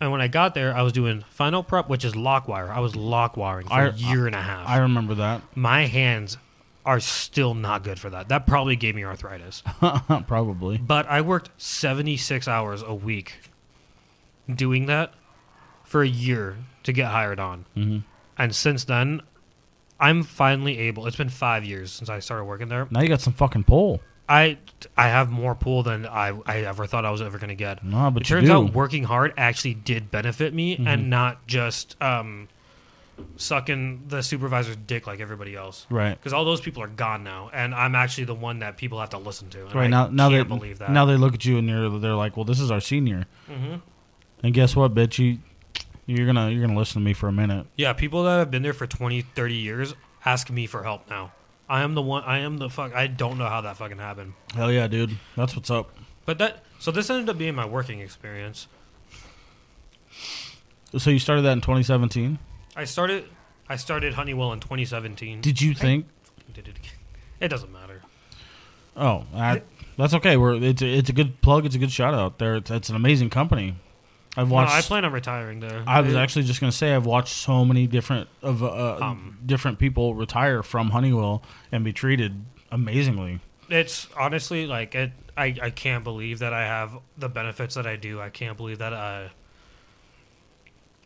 [SPEAKER 5] And when I got there, I was doing final prep, which is lock wire. I was lock wiring for
[SPEAKER 4] I-
[SPEAKER 5] a year and a half.
[SPEAKER 4] I remember that. *laughs*
[SPEAKER 5] My hands are still not good for that. That probably gave me arthritis.
[SPEAKER 4] Probably.
[SPEAKER 5] But I worked 76 hours a week doing that for a year to get hired on. Mm-hmm. And since then, I'm finally able. It's been five years since I started working there.
[SPEAKER 4] Now you got some fucking pole.
[SPEAKER 5] I I have more pool than I, I ever thought I was ever going to get.
[SPEAKER 4] Nah, but
[SPEAKER 5] it
[SPEAKER 4] you
[SPEAKER 5] turns
[SPEAKER 4] do. Mm-hmm.
[SPEAKER 5] out working hard actually did benefit me and not just um, sucking the supervisor's dick like everybody else.
[SPEAKER 4] Right.
[SPEAKER 5] Because all those people are gone now, and I'm actually the one that people have to listen to. And
[SPEAKER 4] Right
[SPEAKER 5] I
[SPEAKER 4] now, now
[SPEAKER 5] can't
[SPEAKER 4] they
[SPEAKER 5] believe that. Mm-hmm.
[SPEAKER 4] now they look at you and you're, they're like, "Well, this is our senior." And guess what, bitch? You you're gonna you're gonna listen to me for a minute.
[SPEAKER 5] Yeah, people that have been there for 20, 30 years ask me for help now. I am the one. I am the fuck. I don't know how that fucking happened.
[SPEAKER 4] Hell yeah, dude. That's what's up.
[SPEAKER 5] But that. So this ended up being my working experience.
[SPEAKER 4] So you started that in 2017.
[SPEAKER 5] I started. I started Honeywell in 2017.
[SPEAKER 4] Did you think?
[SPEAKER 5] Did it again. It doesn't matter.
[SPEAKER 4] Oh, I, that's okay. We're it's a, it's a good plug. It's a good shout out. There, it's, it's an amazing company. I've
[SPEAKER 5] No,
[SPEAKER 4] watched.
[SPEAKER 5] I plan on retiring there.
[SPEAKER 4] I was
[SPEAKER 5] It-
[SPEAKER 4] actually just gonna say I've watched so many different of uh,
[SPEAKER 5] Um.
[SPEAKER 4] different people retire from Honeywell and be treated amazingly.
[SPEAKER 5] It's honestly like it. I, I can't believe that I have the benefits that I do. I can't believe that uh,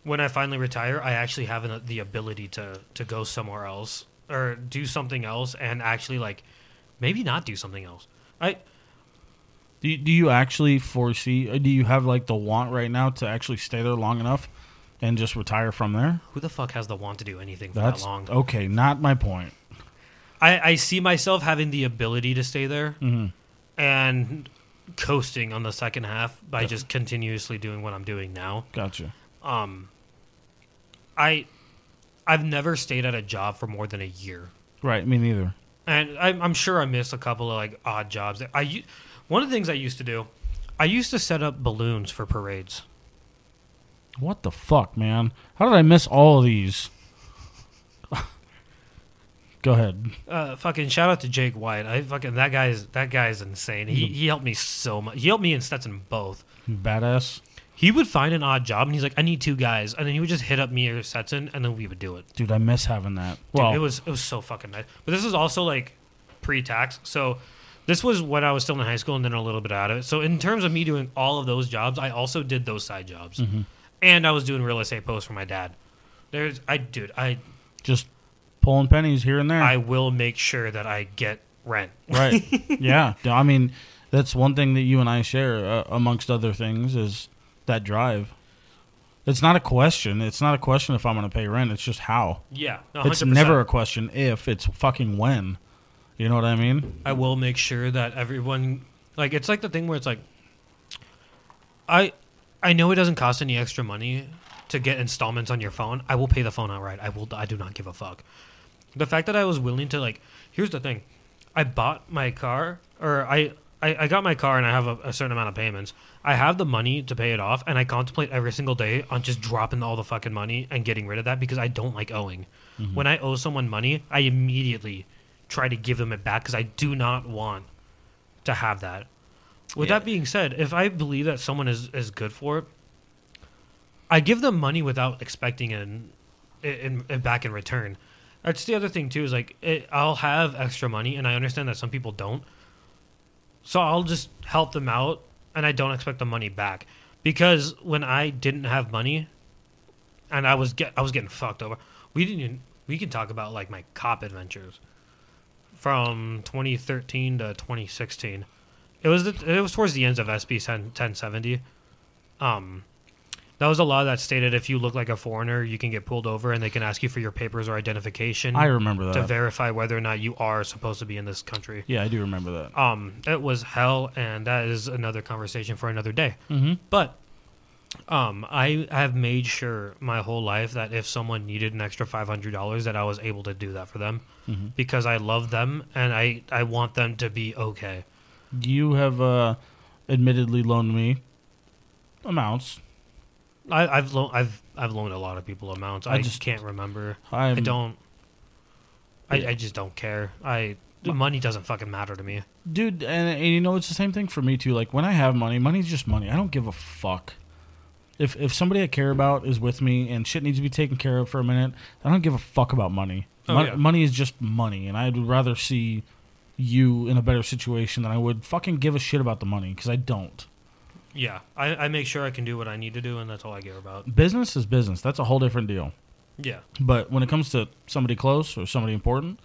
[SPEAKER 5] when I finally retire, I actually have an, the ability to to go somewhere else or do something else, and actually like maybe not do something else. I
[SPEAKER 4] Do you, do you actually foresee? uh, Do you have like the want right now to actually stay there long enough and just retire from there?
[SPEAKER 5] who the fuck has the want to do anything for
[SPEAKER 4] That's oh.
[SPEAKER 5] that long?
[SPEAKER 4] okay. Not my point.
[SPEAKER 5] I, I see myself having the ability to stay there and coasting on the second half by just continuously doing what I'm doing now.
[SPEAKER 4] Gotcha.
[SPEAKER 5] I I've never stayed at a job for more than a year,
[SPEAKER 4] Right. Me neither.
[SPEAKER 5] and I'm, I'm sure I missed a couple of like odd jobs. I u- one of the things I used to do, I used to set up balloons for parades.
[SPEAKER 4] What the fuck, man? How did I miss all of these? *laughs* Go ahead.
[SPEAKER 5] Uh, fucking shout out to Jake White. I fucking that guy is that guy is insane. He he helped me so much. He helped me and Stetson both.
[SPEAKER 4] Badass.
[SPEAKER 5] He would find an odd job and he's like, I need two guys, and then he would just hit up me or Stetson, and then we would do it.
[SPEAKER 4] Dude, I miss having that.
[SPEAKER 5] Dude,
[SPEAKER 4] well,
[SPEAKER 5] it was it was so fucking nice. But this is also like pre-tax. So this was when I was still in high school and then a little bit out of it. So in terms of me doing all of those jobs, I also did those side jobs,
[SPEAKER 4] Mm-hmm.
[SPEAKER 5] and I was doing real estate posts for my dad. There's I dude I
[SPEAKER 4] just pulling pennies here and there.
[SPEAKER 5] I will make sure that I get rent.
[SPEAKER 4] right. yeah. No, I mean, that's one thing that you and I share, uh, amongst other things, is that drive. It's not a question. It's not a question if I'm going to pay rent. It's just how.
[SPEAKER 5] Yeah,
[SPEAKER 4] It's never a question if. It's fucking when. You know what I mean?
[SPEAKER 5] I will make sure that everyone like it's like the thing where it's like I I know it doesn't cost any extra money to get installments on your phone. I will pay the phone outright. I will I do not give a fuck. The fact that I was willing to like here's the thing. I bought my car or I I, I got my car and I have a, a certain amount of payments. I have the money to pay it off and I contemplate every single day on just dropping all the fucking money and getting rid of that because I don't like owing. When I owe someone money, I immediately try to give them it back because I do not want to have that. With
[SPEAKER 2] Yeah.
[SPEAKER 5] that being said, if I believe that someone is, is good for it, I give them money without expecting it in, in, in- back in return. That's the other thing too is like it, I'll have extra money, and I understand that some people don't. So I'll just help them out, and I don't expect the money back because when I didn't have money, and I was get I was getting fucked over. We didn't. Even, we can talk about like my cop adventures from 2013 to 2016. It was the, it was towards the ends of SB 10, 1070. Um, that was a law that stated if you look like a foreigner, you can get pulled over and they can ask you for your papers or identification
[SPEAKER 4] I remember
[SPEAKER 5] to
[SPEAKER 4] that.
[SPEAKER 5] verify whether or not you are supposed to be in this country.
[SPEAKER 4] yeah, I do remember that.
[SPEAKER 5] Um, it was hell, and that is another conversation for another day. Mm-hmm. But um, I have made sure my whole life that if someone needed an extra five hundred dollars, that I was able to do that for them
[SPEAKER 4] Mm-hmm.
[SPEAKER 5] because I love them and I I want them to be okay.
[SPEAKER 4] You have uh, admittedly loaned me amounts.
[SPEAKER 5] I, I've lo- I've I've loaned a lot of people amounts.
[SPEAKER 4] I
[SPEAKER 5] I,
[SPEAKER 4] just-
[SPEAKER 5] just can't remember. I'm,
[SPEAKER 4] I'm-
[SPEAKER 5] I do not I, I just don't care. I money doesn't fucking matter to me.
[SPEAKER 4] Dude, and, and you know, it's the same thing for me, too. Like, when I have money, money's just money. I don't give a fuck. If, if somebody I care about is with me and shit needs to be taken care of for a minute, I don't give a fuck about money.
[SPEAKER 5] Oh,
[SPEAKER 4] Mon-
[SPEAKER 5] yeah.
[SPEAKER 4] Money is just money, and I'd rather see you in a better situation than I would fucking give a shit about the money because I don't.
[SPEAKER 5] Yeah, I, I make sure I can do what I need to do, and that's all I care about.
[SPEAKER 4] Business is business. That's a whole different deal.
[SPEAKER 5] Yeah.
[SPEAKER 4] But when it comes to somebody close or somebody important,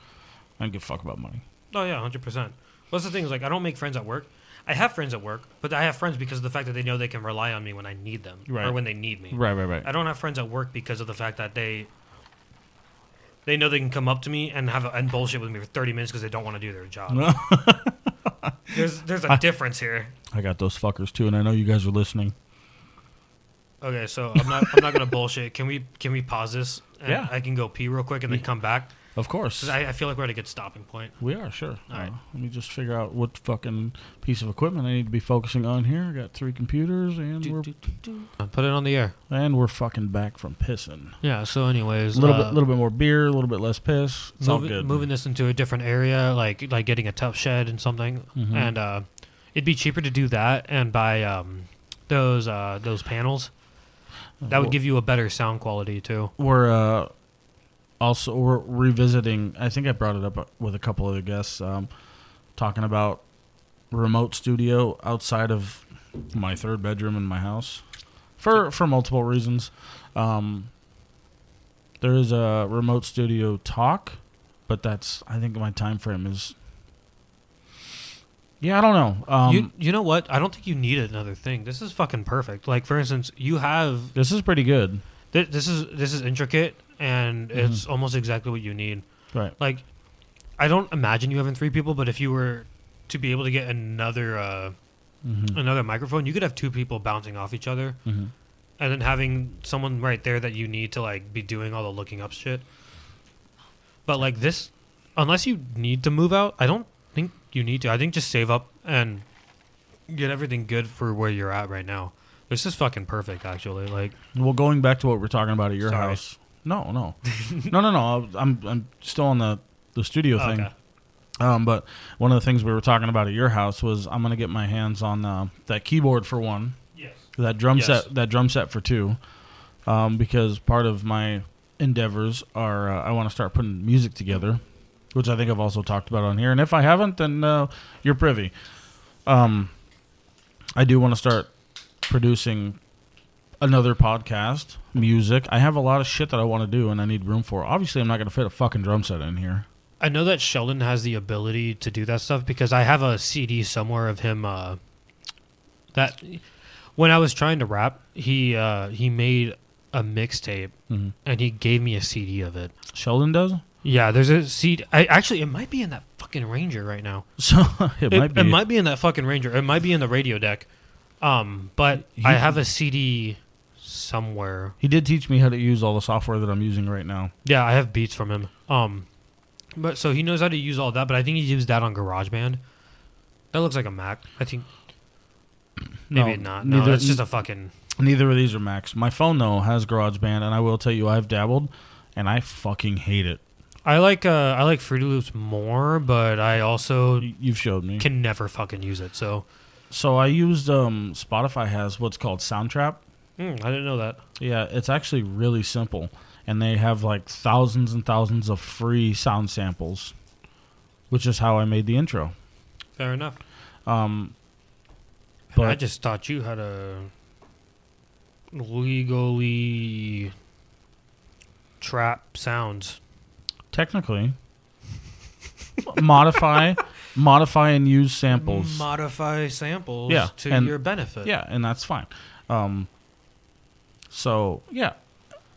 [SPEAKER 4] I don't give a fuck about money.
[SPEAKER 5] Oh yeah, hundred percent. Well, that's the thing is like I don't make friends at work. I have friends at work, but I have friends because of the fact that they know they can rely on me when I need them
[SPEAKER 4] Right.
[SPEAKER 5] or when they need me.
[SPEAKER 4] Right, right, right.
[SPEAKER 5] I don't have friends at work because of the fact that they they know they can come up to me and have a, and bullshit with me for thirty minutes because they don't want to do
[SPEAKER 4] *laughs*
[SPEAKER 5] their job. there's there's a difference here.
[SPEAKER 4] I got those fuckers too, and I know you guys are listening.
[SPEAKER 5] Okay, so I'm not I'm not gonna bullshit. Can we can we pause this? And
[SPEAKER 4] Yeah.
[SPEAKER 5] I can go pee real quick and then come back.
[SPEAKER 4] Of course.
[SPEAKER 5] 'Cause I, I feel like we're at a good stopping point.
[SPEAKER 4] we are, sure.
[SPEAKER 5] All right.
[SPEAKER 4] Uh, let me just figure out what fucking piece of equipment I need to be focusing on here. I got three computers, and we're
[SPEAKER 5] Put it on the air.
[SPEAKER 4] and we're fucking back from pissing.
[SPEAKER 5] Yeah. So, anyways,
[SPEAKER 4] A little
[SPEAKER 5] uh,
[SPEAKER 4] bit, little bit more beer, a little bit less piss. It's all
[SPEAKER 5] Moving-
[SPEAKER 4] good.
[SPEAKER 5] Moving this into a different area, like like getting a tough shed and something,
[SPEAKER 4] Mm-hmm.
[SPEAKER 5] and uh, it'd be cheaper to do that and buy um, those uh, those panels.
[SPEAKER 4] Uh,
[SPEAKER 5] That would give you a better sound quality too.
[SPEAKER 4] We're uh, also we're revisiting. I think I brought it up with a couple other guests, um, talking about remote studio outside of my third bedroom in my house for for multiple reasons. Um, there is a remote studio talk, but that's I think my time frame is. Yeah, I don't know. Um,
[SPEAKER 5] you you know what? I don't think you need another thing. This is fucking perfect. Like for instance, you have
[SPEAKER 4] this is pretty good.
[SPEAKER 5] th- this is this is intricate and
[SPEAKER 4] Mm-hmm.
[SPEAKER 5] it's almost exactly what you need.
[SPEAKER 4] Right.
[SPEAKER 5] Like I don't imagine you having three people, but if you were to be able to get another uh, another microphone, you could have two people bouncing off each other.
[SPEAKER 4] Mhm.
[SPEAKER 5] and then having someone right there that you need to like be doing all the looking up shit. But like this, unless you need to move out, I don't think you need to. I think just save up and get everything good for where you're at right now. This is fucking perfect, actually. Like,
[SPEAKER 4] Well, going back to what we're talking about at your
[SPEAKER 5] Sorry.
[SPEAKER 4] house. No,
[SPEAKER 5] *laughs*
[SPEAKER 4] no, no, no, no. I'm I'm still on the the studio thing.
[SPEAKER 5] okay.
[SPEAKER 4] Um, but one of the things we were talking about at your house was I'm gonna get my hands on uh, that keyboard for one,
[SPEAKER 5] Yes.
[SPEAKER 4] that drum
[SPEAKER 5] Yes.
[SPEAKER 4] set, that drum set for two, um, because part of my endeavors are uh, I want to start putting music together, which I think I've also talked about on here. And if I haven't, then uh, you're privy. Um, I do want to start producing another podcast, music. I have a lot of shit that I want to do, and I need room for. Obviously, I'm not gonna fit a fucking drum set in here.
[SPEAKER 5] I know that Sheldon has the ability to do that stuff because I have a CD somewhere of him. Uh, that when I was trying to rap, he uh, he made a mixtape
[SPEAKER 4] Mm-hmm.
[SPEAKER 5] and he gave me a CD of it.
[SPEAKER 4] Sheldon does. *laughs*
[SPEAKER 5] Yeah, there's a CD. I actually it might be in that fucking Ranger right now.
[SPEAKER 4] So it,
[SPEAKER 5] It,
[SPEAKER 4] might be.
[SPEAKER 5] it might be in that fucking Ranger. It might be in the radio deck. Um, but I have a CD somewhere.
[SPEAKER 4] He did teach me how to use all the software that I'm using right now.
[SPEAKER 5] Yeah, I have beats from him. Um, but so he knows how to use all that. But I think he used that on GarageBand. That looks like a Mac. I think. Maybe
[SPEAKER 4] No,
[SPEAKER 5] not. No,
[SPEAKER 4] neither-
[SPEAKER 5] that's just a fucking.
[SPEAKER 4] Neither of these are Macs. My phone though has GarageBand, and I will tell you, I've dabbled, and I fucking hate it.
[SPEAKER 5] I like uh, I like Fruity Loops more, but I also
[SPEAKER 4] Y- You've showed me.
[SPEAKER 5] can never fucking use it. So
[SPEAKER 4] so I used um, Spotify has what's called Soundtrap.
[SPEAKER 5] mm, I didn't know that.
[SPEAKER 4] Yeah, it's actually really simple, and they have like thousands and thousands of free sound samples, which is how I made the intro.
[SPEAKER 5] Fair enough. Um, I
[SPEAKER 4] but-
[SPEAKER 5] just taught you how to legally trap sounds.
[SPEAKER 4] Technically, *laughs* modify, modify, and use samples.
[SPEAKER 5] Modify samples
[SPEAKER 4] Yeah,
[SPEAKER 5] to
[SPEAKER 4] and-
[SPEAKER 5] your benefit.
[SPEAKER 4] Yeah, and that's fine. Um, so yeah,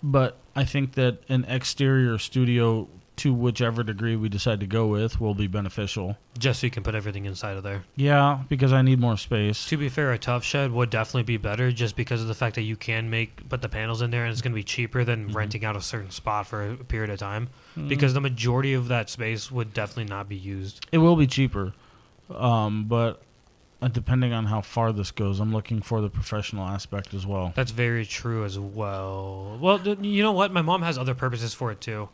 [SPEAKER 4] but I think that an exterior studio, to whichever degree we decide to go with, will be beneficial.
[SPEAKER 5] Just so you can put everything inside of there.
[SPEAKER 4] Yeah, because I need more space.
[SPEAKER 5] To be fair, a tough shed would definitely be better just because of the fact that you can make put the panels in there and it's going to be cheaper than
[SPEAKER 4] Mm-hmm.
[SPEAKER 5] renting out a certain spot for a period of time because the majority of that space would definitely not be used.
[SPEAKER 4] It will be cheaper, um, but uh, depending on how far this goes, I'm looking for the professional aspect as well.
[SPEAKER 5] That's very true as well. Well, th- you know what? My mom has other purposes for it too.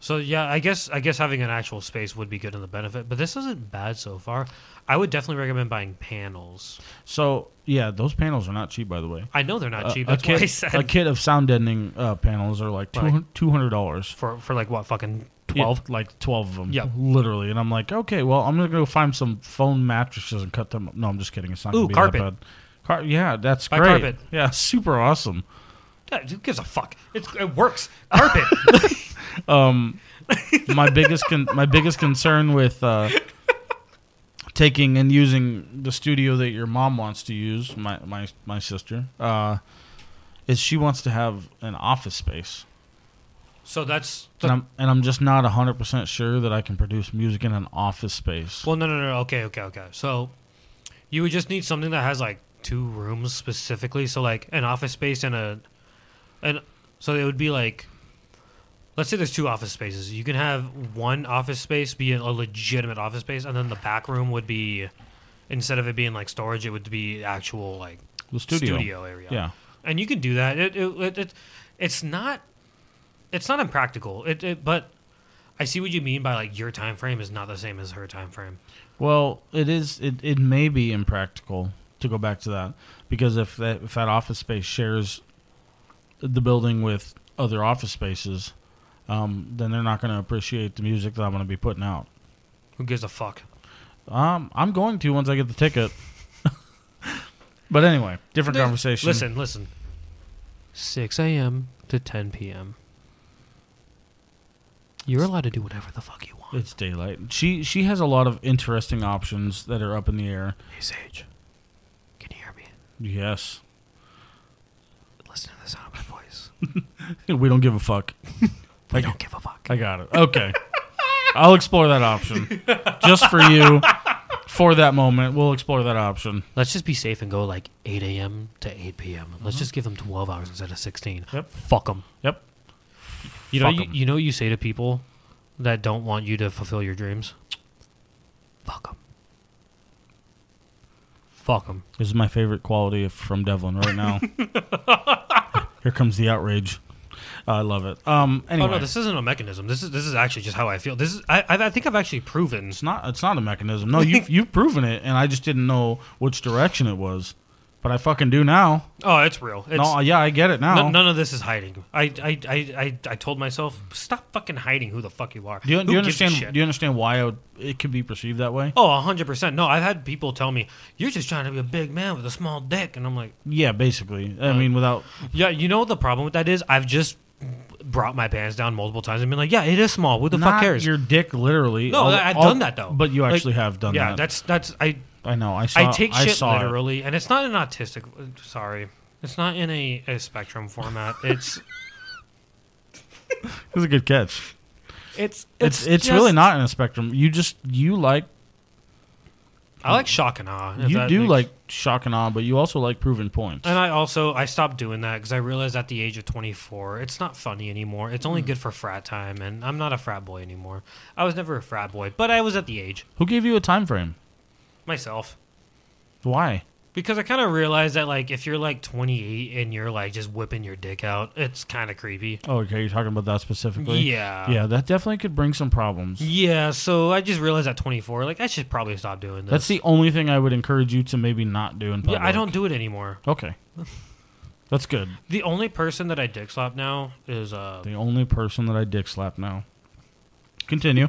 [SPEAKER 5] So yeah, I guess I guess having an actual space would be good in the benefit, but this isn't bad so far. I would definitely recommend buying panels.
[SPEAKER 4] So yeah, those panels are not cheap, by the way.
[SPEAKER 5] I know they're not cheap.
[SPEAKER 4] Uh, a
[SPEAKER 5] That's why I
[SPEAKER 4] kit,
[SPEAKER 5] said
[SPEAKER 4] a kit of sound deadening uh, panels are like
[SPEAKER 5] Like-
[SPEAKER 4] two hundred dollars.
[SPEAKER 5] for for like what fucking
[SPEAKER 4] Yeah,
[SPEAKER 5] twelve.
[SPEAKER 4] like 12 of them.
[SPEAKER 5] Yeah.
[SPEAKER 4] Literally. And I'm like, okay, well, I'm going to go find some foam mattresses and cut them. up. No, I'm just kidding. It's not
[SPEAKER 5] Ooh,
[SPEAKER 4] going to be
[SPEAKER 5] carpet.
[SPEAKER 4] that bad. Car- yeah, that's
[SPEAKER 5] Buy
[SPEAKER 4] great.
[SPEAKER 5] carpet.
[SPEAKER 4] Yeah, super awesome.
[SPEAKER 5] Yeah, who gives a fuck? It's, it works. Carpet.
[SPEAKER 4] My biggest con- my biggest concern with uh, taking and using the studio that your mom wants to use, my my my sister, uh, is she wants to have an office space.
[SPEAKER 5] so that's the,
[SPEAKER 4] And I'm and I'm just not 100% sure that I can produce music in an office space.
[SPEAKER 5] well, no, no, no. Okay, okay, okay. So you would just need something that has like two rooms specifically. So like an office space and a and so it would be like let's say there's two office spaces. You can have one office space be a legitimate office space, and then the back room would be instead of it being like storage, it would be actual like
[SPEAKER 4] the studio.
[SPEAKER 5] area.
[SPEAKER 4] Yeah.
[SPEAKER 5] and you can do that. It, it, it, it it's not it's not impractical. It, it but I see what you mean by like your time frame is not the same as her time frame.
[SPEAKER 4] Well, it is. It, it may be impractical to go back to that because if that if that office space shares the building with other office spaces, um, then they're not going to appreciate the music that I'm going to be putting out.
[SPEAKER 5] Who gives a fuck?
[SPEAKER 4] Um, I'm going to once I get the ticket. *laughs* but anyway, different conversation.
[SPEAKER 5] Listen, listen. Six a.m. to ten p.m. You're allowed to do whatever the fuck you want.
[SPEAKER 4] It's daylight. She she has a lot of interesting options that are up in the air.
[SPEAKER 5] Hey Sage, can you hear me?
[SPEAKER 4] Yes, *laughs*
[SPEAKER 5] Listen to the sound of my *laughs* voice.
[SPEAKER 4] we don't give a
[SPEAKER 5] *laughs*
[SPEAKER 4] fuck.
[SPEAKER 5] I don't give a fuck.
[SPEAKER 4] I got it. Okay. I'll explore that option. Just for you, for that moment, we'll explore that option.
[SPEAKER 5] Let's just be safe and go like 8 a.m. to 8 p.m. Let's just give them 12 hours instead of 16.
[SPEAKER 4] Yep.
[SPEAKER 5] Fuck them.
[SPEAKER 4] Yep.
[SPEAKER 5] You know,
[SPEAKER 4] Fuck
[SPEAKER 5] you,
[SPEAKER 4] 'em.
[SPEAKER 5] you know what you say to people that don't want you to fulfill your dreams? Fuck them. Fuck them.
[SPEAKER 4] This is my favorite quality of- from Devlin right
[SPEAKER 5] *laughs*
[SPEAKER 4] now. Here comes the outrage. I love it. Um, anyway,
[SPEAKER 5] Oh no, this isn't a mechanism. This is this is actually just how I feel. This is I I, I think I've actually proven.
[SPEAKER 4] it's not. It's not a mechanism. No, you've you've proven it, and I just didn't know which direction it was, but I fucking do now.
[SPEAKER 5] Oh, it's real. It's,
[SPEAKER 4] no, yeah, I get it now.
[SPEAKER 5] no- none of this is hiding. I I, I, I I told myself stop fucking hiding who the fuck you are.
[SPEAKER 4] Do you,
[SPEAKER 5] Who
[SPEAKER 4] do you
[SPEAKER 5] gives a shit?
[SPEAKER 4] understand? Do you understand why I would, it could be perceived that way?
[SPEAKER 5] Oh, 100%. No, I've had people tell me, you're just trying to be a big man with a small dick. And I'm like,
[SPEAKER 4] Yeah, basically. I mean, without
[SPEAKER 5] yeah, you know what the problem with that is? I've just brought my pants down multiple times and been like, yeah, it is small. Who the
[SPEAKER 4] not
[SPEAKER 5] fuck cares?
[SPEAKER 4] your dick, literally.
[SPEAKER 5] no,
[SPEAKER 4] All-
[SPEAKER 5] I- I've
[SPEAKER 4] all-
[SPEAKER 5] done that, though.
[SPEAKER 4] But you
[SPEAKER 5] Like,
[SPEAKER 4] actually have done
[SPEAKER 5] yeah,
[SPEAKER 4] that.
[SPEAKER 5] that's, that's, I,
[SPEAKER 4] I know. I saw.
[SPEAKER 5] I take shit
[SPEAKER 4] saw it.
[SPEAKER 5] literally. And it's not an autistic, sorry. It's not in a, a spectrum format. It's,
[SPEAKER 4] It was a good catch.
[SPEAKER 5] it's,
[SPEAKER 4] *laughs* It's it's, really not in a spectrum. You just you like
[SPEAKER 5] I like shock and awe. if
[SPEAKER 4] you
[SPEAKER 5] that
[SPEAKER 4] do
[SPEAKER 5] makes-
[SPEAKER 4] like shock and awe, but you also like proven points.
[SPEAKER 5] And I also I stopped doing that because I realized at the age of 24 it's not funny anymore. It's
[SPEAKER 4] Mm.
[SPEAKER 5] only good for frat time, and I'm not a frat boy anymore. I was never a frat boy, but I was at the age
[SPEAKER 4] Who gave you a time frame?
[SPEAKER 5] myself
[SPEAKER 4] Why?
[SPEAKER 5] because I kind of realized that like if you're like 28 and you're like just whipping your dick out, it's kind of creepy.
[SPEAKER 4] Oh, okay. You're talking about that specifically.
[SPEAKER 5] Yeah.
[SPEAKER 4] Yeah, that definitely could bring some problems.
[SPEAKER 5] Yeah, so I just realized at 24, like I should probably stop doing this.
[SPEAKER 4] That's the only thing I would encourage you to maybe not do in public.
[SPEAKER 5] yeah, I don't do it anymore.
[SPEAKER 4] Okay. That's good.
[SPEAKER 5] The only person that I dick slap now is uh
[SPEAKER 4] The only person that I dick slap now.
[SPEAKER 5] *laughs*
[SPEAKER 4] Continue.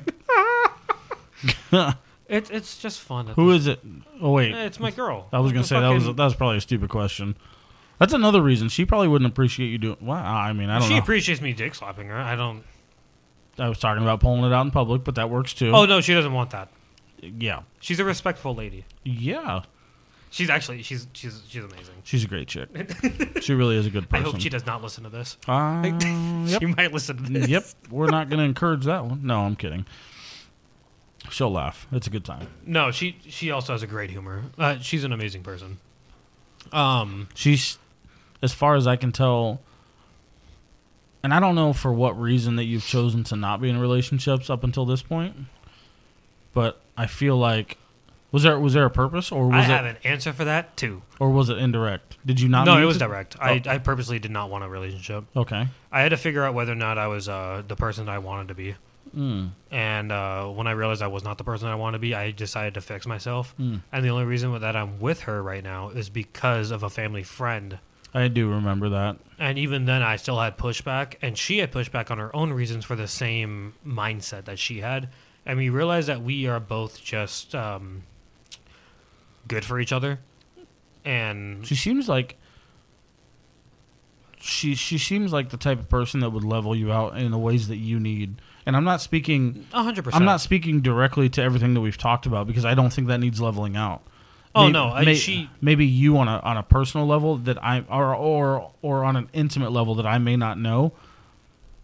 [SPEAKER 5] it's it's just fun.
[SPEAKER 4] Who is it? Oh wait,
[SPEAKER 5] Eh, It's my girl.
[SPEAKER 4] I was
[SPEAKER 5] Like,
[SPEAKER 4] gonna
[SPEAKER 5] the
[SPEAKER 4] say that was
[SPEAKER 5] fucking-
[SPEAKER 4] that was probably a stupid question. That's another reason she probably wouldn't appreciate you doing. Well, I mean, I don't
[SPEAKER 5] she
[SPEAKER 4] know.
[SPEAKER 5] appreciates me dick slapping her. I don't.
[SPEAKER 4] I was talking about pulling it out in public, but that works too.
[SPEAKER 5] Oh no, she doesn't want that.
[SPEAKER 4] yeah,
[SPEAKER 5] She's a respectful lady.
[SPEAKER 4] yeah.
[SPEAKER 5] She's actually she's she's she's amazing.
[SPEAKER 4] She's a great
[SPEAKER 5] *laughs*
[SPEAKER 4] chick. she really is a good
[SPEAKER 5] I
[SPEAKER 4] person.
[SPEAKER 5] hope she does not listen to this. *laughs*
[SPEAKER 4] Uh, yep.
[SPEAKER 5] She might listen to this.
[SPEAKER 4] yep. We're not gonna encourage that one. No, I'm kidding. She'll laugh. It's a good time.
[SPEAKER 5] No, she she also has a great humor. Uh, she's an amazing person. Um,
[SPEAKER 4] she's as far as i can tell and i don't know for what reason that you've chosen to not be in relationships up until this point but i feel like was there was there a purpose or
[SPEAKER 5] I
[SPEAKER 4] was
[SPEAKER 5] have
[SPEAKER 4] it
[SPEAKER 5] an answer for that too.
[SPEAKER 4] or was it indirect did you not
[SPEAKER 5] No,
[SPEAKER 4] mean
[SPEAKER 5] it was
[SPEAKER 4] to- Oh.
[SPEAKER 5] direct. I, I purposely did not want a relationship.
[SPEAKER 4] okay
[SPEAKER 5] I had to figure out whether or not I was uh, the person I wanted to be.
[SPEAKER 4] Mm.
[SPEAKER 5] And uh, when I realized I was not the person I wanted to be, I decided to fix myself.
[SPEAKER 4] Mm.
[SPEAKER 5] And the only reason that I'm with her right now is because of a family friend.
[SPEAKER 4] i do remember that
[SPEAKER 5] And even then, I still had pushback, and she had pushback on her own reasons for the same mindset that she had. And we realized that we are both just um, good for each other. And
[SPEAKER 4] she seems like she she seems like the type of person that would level you out in the ways that you need and i'm not speaking
[SPEAKER 5] 100%.
[SPEAKER 4] i'm not speaking directly to everything that we've talked about because i don't think that needs leveling out
[SPEAKER 5] Oh,
[SPEAKER 4] May-
[SPEAKER 5] no, I-
[SPEAKER 4] may-
[SPEAKER 5] she-
[SPEAKER 4] maybe you on a on a personal level that I or or or on an intimate level that I may not know.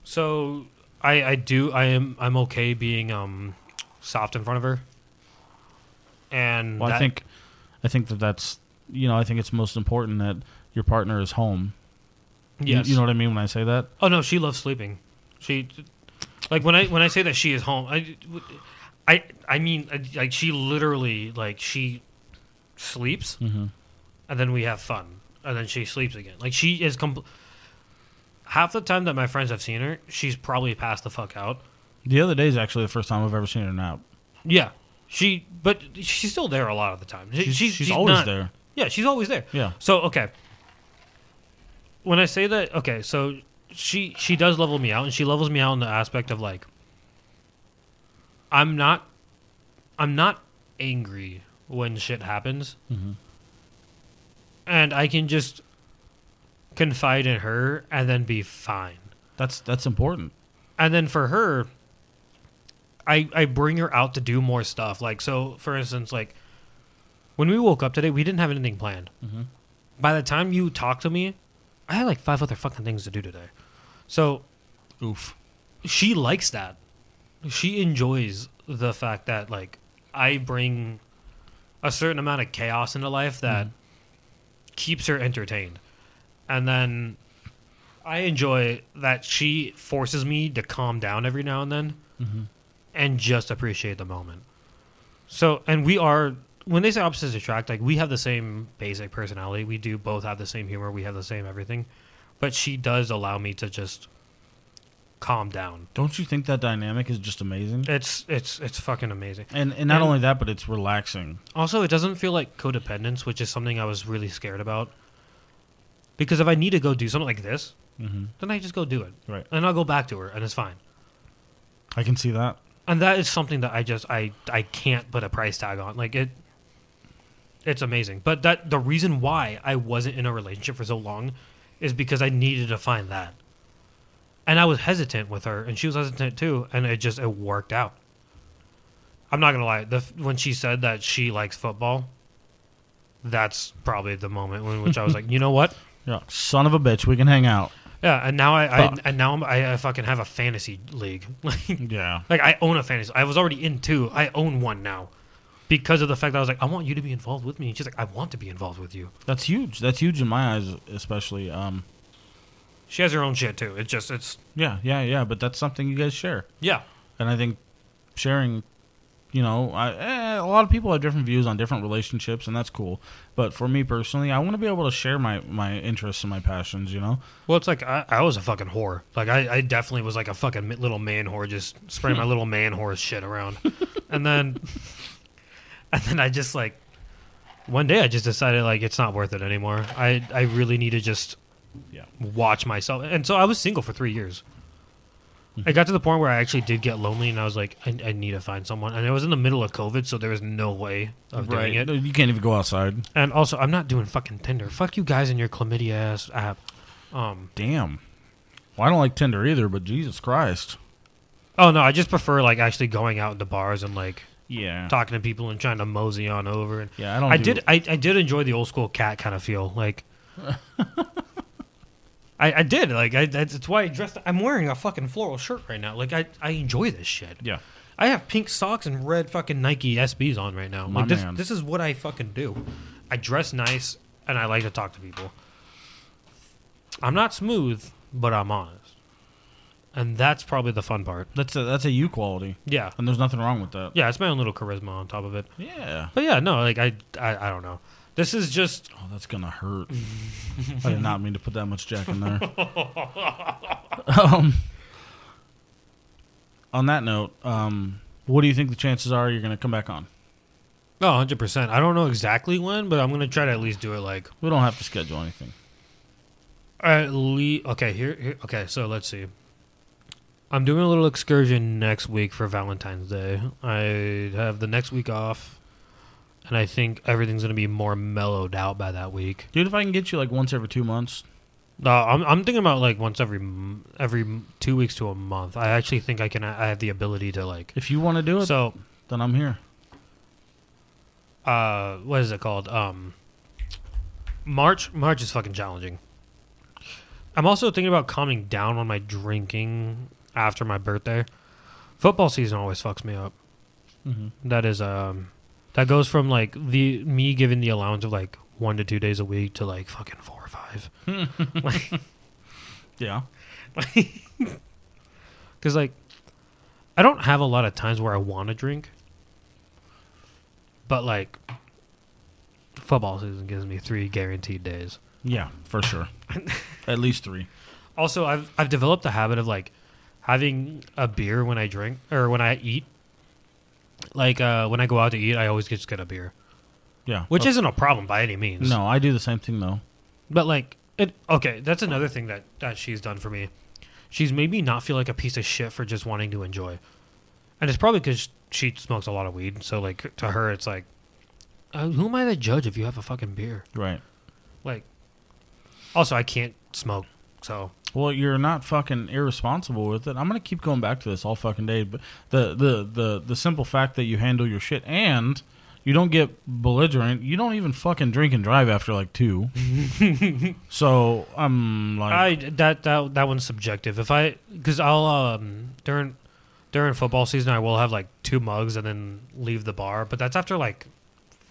[SPEAKER 5] So I I do I am I'm okay being um soft in front of her. And
[SPEAKER 4] Well, I
[SPEAKER 5] that-
[SPEAKER 4] think I think that that's you know I think it's most important that your partner is home. You-
[SPEAKER 5] yes.
[SPEAKER 4] you, know what I mean when I say that.
[SPEAKER 5] oh no, she loves sleeping. She like when I when I say that she is home. I I I mean I- like she literally like she sleeps and then we have fun and then she sleeps again. Like she is compl- half the time that my friends have seen her, she's probably passed the fuck out.
[SPEAKER 4] The other day is actually the first time I've ever seen her nap.
[SPEAKER 5] Yeah. She, but she's still there a lot of the time. She's, she's,
[SPEAKER 4] she's always
[SPEAKER 5] not-
[SPEAKER 4] there.
[SPEAKER 5] Yeah, she's always there.
[SPEAKER 4] Yeah.
[SPEAKER 5] So okay. When I say that, okay, so she she does level me out, and she levels me out in the aspect of like, I'm not, I'm not angry when shit happens,
[SPEAKER 4] Mm-hmm.
[SPEAKER 5] and I can just confide in her and then be fine.
[SPEAKER 4] That's that's important.
[SPEAKER 5] And then for her, I I bring her out to do more stuff. Like so, for instance, like when we woke up today, we didn't have anything planned. By the time you talked to me, I had like five other fucking things to do today. So,
[SPEAKER 4] Oof.
[SPEAKER 5] she likes that. She enjoys the fact that like I bring a certain amount of chaos into life that keeps her entertained. And then I enjoy that she forces me to calm down every now and then and just appreciate the moment. So, and we are when they say opposites attract, like we have the same basic personality. We do both have the same humor. We have the same everything. But she does allow me to just calm down.
[SPEAKER 4] Don't you think that dynamic is just amazing?
[SPEAKER 5] It's it's it's fucking amazing.
[SPEAKER 4] And and not
[SPEAKER 5] And-
[SPEAKER 4] only that, but it's relaxing.
[SPEAKER 5] Also, it doesn't feel like codependence, which is something I was really scared about. Because if I need to go do something like this, then I just go do it.
[SPEAKER 4] Right.
[SPEAKER 5] And I'll go back to her and it's fine.
[SPEAKER 4] I can see that.
[SPEAKER 5] And that is something that I just I I can't put a price tag on. Like it it's amazing. But that the reason why I wasn't in a relationship for so long is because I needed to find that. And I was hesitant with her and she was hesitant too and it just it worked out. I'm not going to lie. The f- when she said that she likes football, that's probably the moment in which I was like, "You know what?
[SPEAKER 4] Yeah. Son of a bitch, we can hang out.
[SPEAKER 5] Yeah, and now I, I
[SPEAKER 4] Fuck.
[SPEAKER 5] and now I'm, I, I fucking have a fantasy league. *laughs* Like
[SPEAKER 4] Yeah.
[SPEAKER 5] like I own a fantasy. I was already in two. I own one now because of the fact that I was like, I want you to be involved with me. And she's like, I want to be involved with you.
[SPEAKER 4] That's huge. That's huge in my eyes, especially. Um.
[SPEAKER 5] She has her own shit too. It's just it's
[SPEAKER 4] Yeah, yeah, yeah. But that's something you guys share,
[SPEAKER 5] yeah.
[SPEAKER 4] and I think sharing. You know, I, eh, a lot of people have different views on different relationships, and that's cool. But for me personally, I want to be able to share my my interests and my passions. You know,
[SPEAKER 5] Well, it's like I, I was a fucking whore. Like I, I definitely was like a fucking mi- little man whore, just spraying my little man whore shit around, and then, and then I just like, one day I just decided like it's not worth it anymore. I I really need to just,
[SPEAKER 4] Yeah.
[SPEAKER 5] watch myself. And so I was single for three years. I got to the point where I actually did get lonely, and I was like, I, I need to find someone. And it was in the middle of COVID, so there was no way of doing it.
[SPEAKER 4] You can't even go outside.
[SPEAKER 5] And also, I'm not doing fucking Tinder. Fuck you guys and your chlamydia ass app. Um.
[SPEAKER 4] Damn. Well, I don't like Tinder either, but Jesus Christ.
[SPEAKER 5] Oh no, I just prefer like actually going out into bars and like
[SPEAKER 4] Yeah.
[SPEAKER 5] talking to people and trying to mosey on over. And
[SPEAKER 4] Yeah, I don't
[SPEAKER 5] I
[SPEAKER 4] do-
[SPEAKER 5] did. I, I did enjoy the old school cat kind of feel.
[SPEAKER 4] *laughs*
[SPEAKER 5] Like, I, I did. Like, I that's, that's why I dressed. I'm wearing a fucking floral shirt right now. Like, I I enjoy this shit.
[SPEAKER 4] Yeah.
[SPEAKER 5] I have pink socks and red fucking Nike SBs on right now.
[SPEAKER 4] My
[SPEAKER 5] like this,
[SPEAKER 4] man.
[SPEAKER 5] this is what I fucking do. I dress nice and I like to talk to people. I'm not smooth, but I'm honest. And that's probably the fun part.
[SPEAKER 4] That's a that's a you quality.
[SPEAKER 5] Yeah.
[SPEAKER 4] And there's nothing wrong with that.
[SPEAKER 5] Yeah, it's my own little charisma on top of it.
[SPEAKER 4] Yeah.
[SPEAKER 5] But yeah, no, like I, I, I don't know. This is just
[SPEAKER 4] Oh, that's gonna hurt. I did not mean to put that much jack in there. um on that note, um, what do you think the chances are you're gonna come back on?
[SPEAKER 5] no, 100. oh, percent I don't know exactly when, but I'm gonna try to at least do it like
[SPEAKER 4] We don't have to schedule anything.
[SPEAKER 5] at least. Okay, here, here. Okay, so let's see. I'm doing a little excursion next week for Valentine's Day. I have the next week off, and I think everything's gonna be more mellowed out by that week.
[SPEAKER 4] Dude, if I can get you like once every two months,
[SPEAKER 5] No, I'm, I'm thinking about like once every m- every m- two weeks to a month. I actually think I can. I have the ability to like.
[SPEAKER 4] if you wanna do it,
[SPEAKER 5] So
[SPEAKER 4] then I'm here.
[SPEAKER 5] uh what is it called um march march is fucking challenging i'm also thinking about calming down on my drinking after my birthday football season always fucks me up That is um that goes from like the me giving the allowance of like one to two days a week to like fucking four or five like
[SPEAKER 4] Yeah.
[SPEAKER 5] because like i don't have a lot of times where i want to drink but like football season gives me three guaranteed days
[SPEAKER 4] Yeah, for sure. At least three.
[SPEAKER 5] also i've i've developed the habit of like having a beer when i drink or when i eat like uh when i go out to eat i always just get a beer
[SPEAKER 4] Yeah.
[SPEAKER 5] which
[SPEAKER 4] Well,
[SPEAKER 5] isn't a problem by any means
[SPEAKER 4] No, I do the same thing though.
[SPEAKER 5] But like it okay, that's another thing that that she's done for me. She's made me not feel like a piece of shit for just wanting to enjoy. And it's probably cuz she smokes a lot of weed, so like to her it's like uh, who am I to judge if you have a fucking beer?
[SPEAKER 4] Right.
[SPEAKER 5] Like also I can't smoke. So
[SPEAKER 4] Well, you're not fucking irresponsible with it. I'm gonna keep going back to this all fucking day. But the the the the simple fact that you handle your shit and you don't get belligerent. You don't even fucking drink and drive after like
[SPEAKER 5] *laughs*
[SPEAKER 4] two. so I'm like,
[SPEAKER 5] I that that that one's subjective. If I cuz I'll um during during football season I will have like two mugs and then leave the bar, but that's after like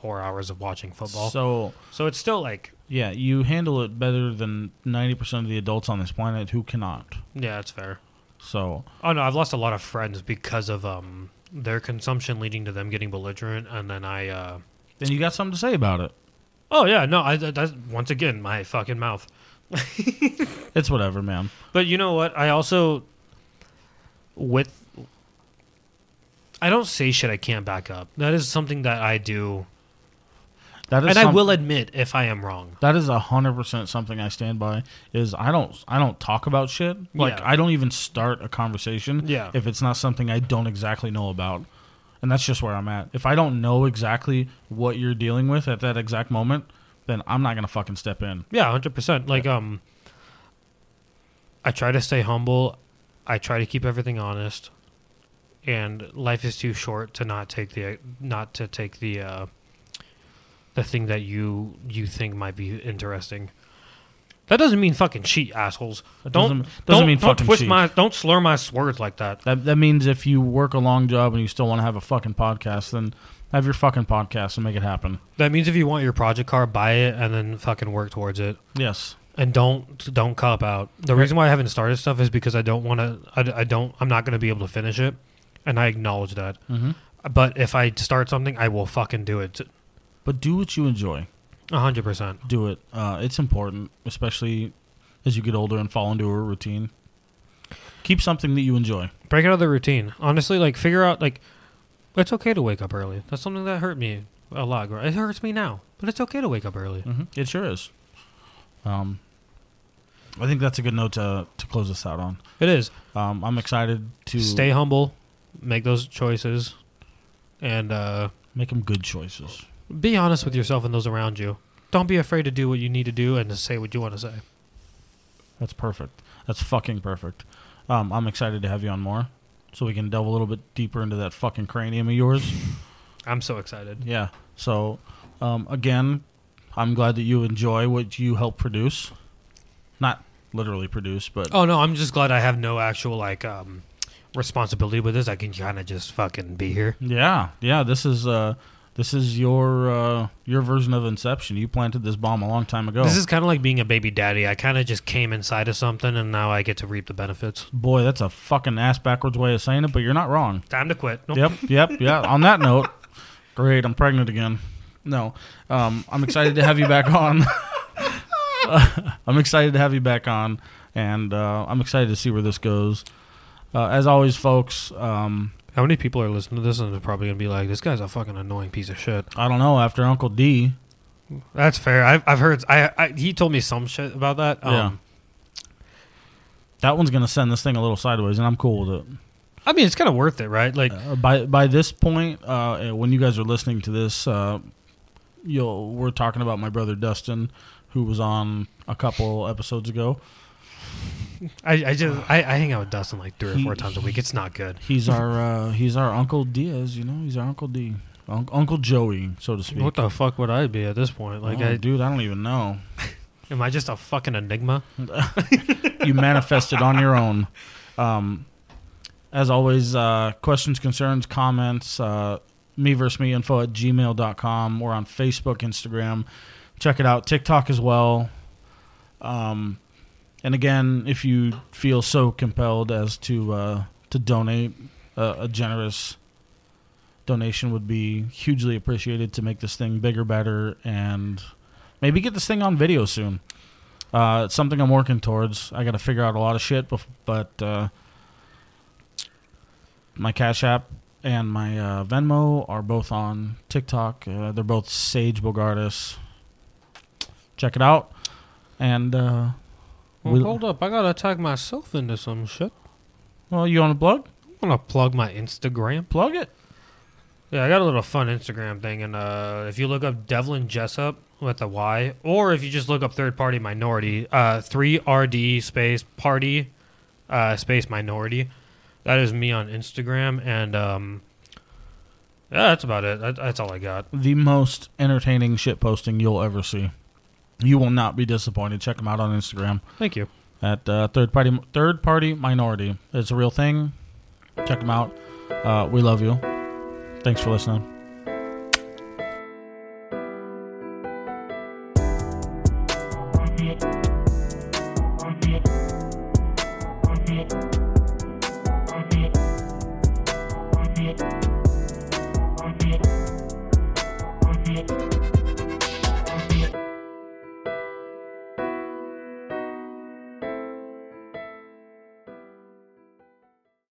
[SPEAKER 5] 4 hours of watching football. So,
[SPEAKER 4] so
[SPEAKER 5] so it's still like
[SPEAKER 4] yeah, you handle it better than ninety percent of the adults on this planet who cannot.
[SPEAKER 5] yeah, it's fair.
[SPEAKER 4] So
[SPEAKER 5] Oh no, I've lost a lot of friends because of um their consumption leading to them getting belligerent, and then I uh,
[SPEAKER 4] Then you got something to say about it.
[SPEAKER 5] Oh yeah, no, I that- that's once again my fucking mouth.
[SPEAKER 4] It's whatever, man.
[SPEAKER 5] But you know what? I also with I don't say shit I can't back up. That is something that I do,
[SPEAKER 4] That is
[SPEAKER 5] and I
[SPEAKER 4] some-
[SPEAKER 5] will admit if I am wrong.
[SPEAKER 4] That is a hundred percent something I stand by. Is I don't I don't talk about shit. Like
[SPEAKER 5] Yeah.
[SPEAKER 4] I don't even start a conversation.
[SPEAKER 5] Yeah.
[SPEAKER 4] If it's not something I don't exactly know about, and that's just where I'm at. If I don't know exactly what you're dealing with at that exact moment, then I'm not gonna fucking step in.
[SPEAKER 5] Yeah, hundred percent. Like um, I try to stay humble. I try to keep everything honest, and life is too short to not take the not to take the uh, the thing that you you think might be interesting. That doesn't mean fucking cheat, assholes.
[SPEAKER 4] That
[SPEAKER 5] don't
[SPEAKER 4] doesn't- doesn't
[SPEAKER 5] don't,
[SPEAKER 4] mean
[SPEAKER 5] don't
[SPEAKER 4] fucking
[SPEAKER 5] twist
[SPEAKER 4] cheat.
[SPEAKER 5] my don't slur my words like that.
[SPEAKER 4] That that means if you work a long job and you still want to have a fucking podcast, then have your fucking podcast and make it happen.
[SPEAKER 5] That means if you want your project car, buy it and then fucking work towards it.
[SPEAKER 4] Yes.
[SPEAKER 5] and don't don't cop out. The reason why I haven't started stuff is because I don't want to. I, I don't. I'm not going to be able to finish it, and I acknowledge that. Mm-hmm. But if I start something, I will fucking do it.
[SPEAKER 4] But do what you enjoy.
[SPEAKER 5] A hundred percent.
[SPEAKER 4] Do it. Uh, it's important, especially as you get older and fall into a routine. Keep something that you enjoy.
[SPEAKER 5] Break out of the routine. Honestly, like figure out like it's okay to wake up early. That's something that hurt me a lot. It hurts me now, but it's okay to wake up early.
[SPEAKER 4] It sure is. Um, I think that's a good note to to close this out on.
[SPEAKER 5] It is.
[SPEAKER 4] Um, I'm excited to
[SPEAKER 5] Stay humble, make those choices, and uh,
[SPEAKER 4] make them good choices.
[SPEAKER 5] be honest with yourself and those around you. Don't be afraid to do what you need to do and to say what you want to say.
[SPEAKER 4] That's perfect. That's fucking perfect. Um, I'm excited to have you on more, so we can delve a little bit deeper into that fucking cranium of yours.
[SPEAKER 5] I'm so excited.
[SPEAKER 4] Yeah. So, um, again, I'm glad that you enjoy what you help produce. Not literally produce, but
[SPEAKER 5] Oh no, I'm just glad I have no actual like um responsibility with this. I can kind of just fucking be here.
[SPEAKER 4] yeah, yeah. This is uh, this is your uh, your version of Inception. You planted this bomb a long time ago.
[SPEAKER 5] This is kind of like being a baby daddy. I kind of just came inside of something and now I get to reap the benefits.
[SPEAKER 4] Boy, that's a fucking ass backwards way of saying it, but you're not wrong.
[SPEAKER 5] Time to quit. Nope.
[SPEAKER 4] Yep, yep, yeah. On that note, great. I'm pregnant again. No, um, I'm excited to have you back on. *laughs* I'm excited to have you back on, and uh, I'm excited to see where this goes. Uh, as always, folks. Um,
[SPEAKER 5] How many people are listening to this and are probably gonna be like, "This guy's a fucking annoying piece of shit."
[SPEAKER 4] I don't know. After Uncle D,
[SPEAKER 5] That's fair. I've I've heard. I, I he told me some shit about that. Um,
[SPEAKER 4] Yeah. that one's gonna send this thing a little sideways, and I'm cool with it.
[SPEAKER 5] I mean, it's kind of worth it, right? Like,
[SPEAKER 4] Uh, by by this point, uh, when you guys are listening to this, uh, you'll we're talking about my brother Dustin, who was on a couple episodes ago.
[SPEAKER 5] I, I just I, I hang out with Dustin like three or
[SPEAKER 4] He-
[SPEAKER 5] four times a week. It's not good.
[SPEAKER 4] He's our uh, he's our Uncle Diaz, you know. He's our Uncle D, Un- Uncle Joey, so to speak.
[SPEAKER 5] What the fuck would I be at this point? Like,
[SPEAKER 4] Oh,
[SPEAKER 5] I,
[SPEAKER 4] dude, I don't even know.
[SPEAKER 5] am I just a fucking enigma?
[SPEAKER 4] You manifested on your own. Um, as always, uh, questions, concerns, comments, uh, me versus me info at gmail.com. We're on Facebook, Instagram. Check it out. TikTok as well. Um, and again, if you feel so compelled as to uh, to donate, uh, a generous donation would be hugely appreciated to make this thing bigger, better, and maybe get this thing on video soon. Uh, it's something I'm working towards. I got to figure out a lot of shit, bef- but uh, my Cash App and my uh, Venmo are both on TikTok. Uh, they're both Sage Bogardus. Check it out. And uh,
[SPEAKER 5] Well,
[SPEAKER 4] We'll-
[SPEAKER 5] hold up. I gotta tag myself into some shit.
[SPEAKER 4] well, you want to plug?
[SPEAKER 5] I'm gonna plug my Instagram.
[SPEAKER 4] Plug it.
[SPEAKER 5] Yeah, I got a little fun Instagram thing, and uh, if you look up Devlin Jessup with a Y, or if you just look up third party minority, uh, three RD space party, uh, space minority, that is me on Instagram, and um, yeah, that's about it. That, that's all I got.
[SPEAKER 4] the most entertaining shit posting you'll ever see. You will not be disappointed. Check them out on Instagram
[SPEAKER 5] Thank you.
[SPEAKER 4] at uh, third party third party minority. It's a real thing. Check them out. Uh, we love you. Thanks for listening.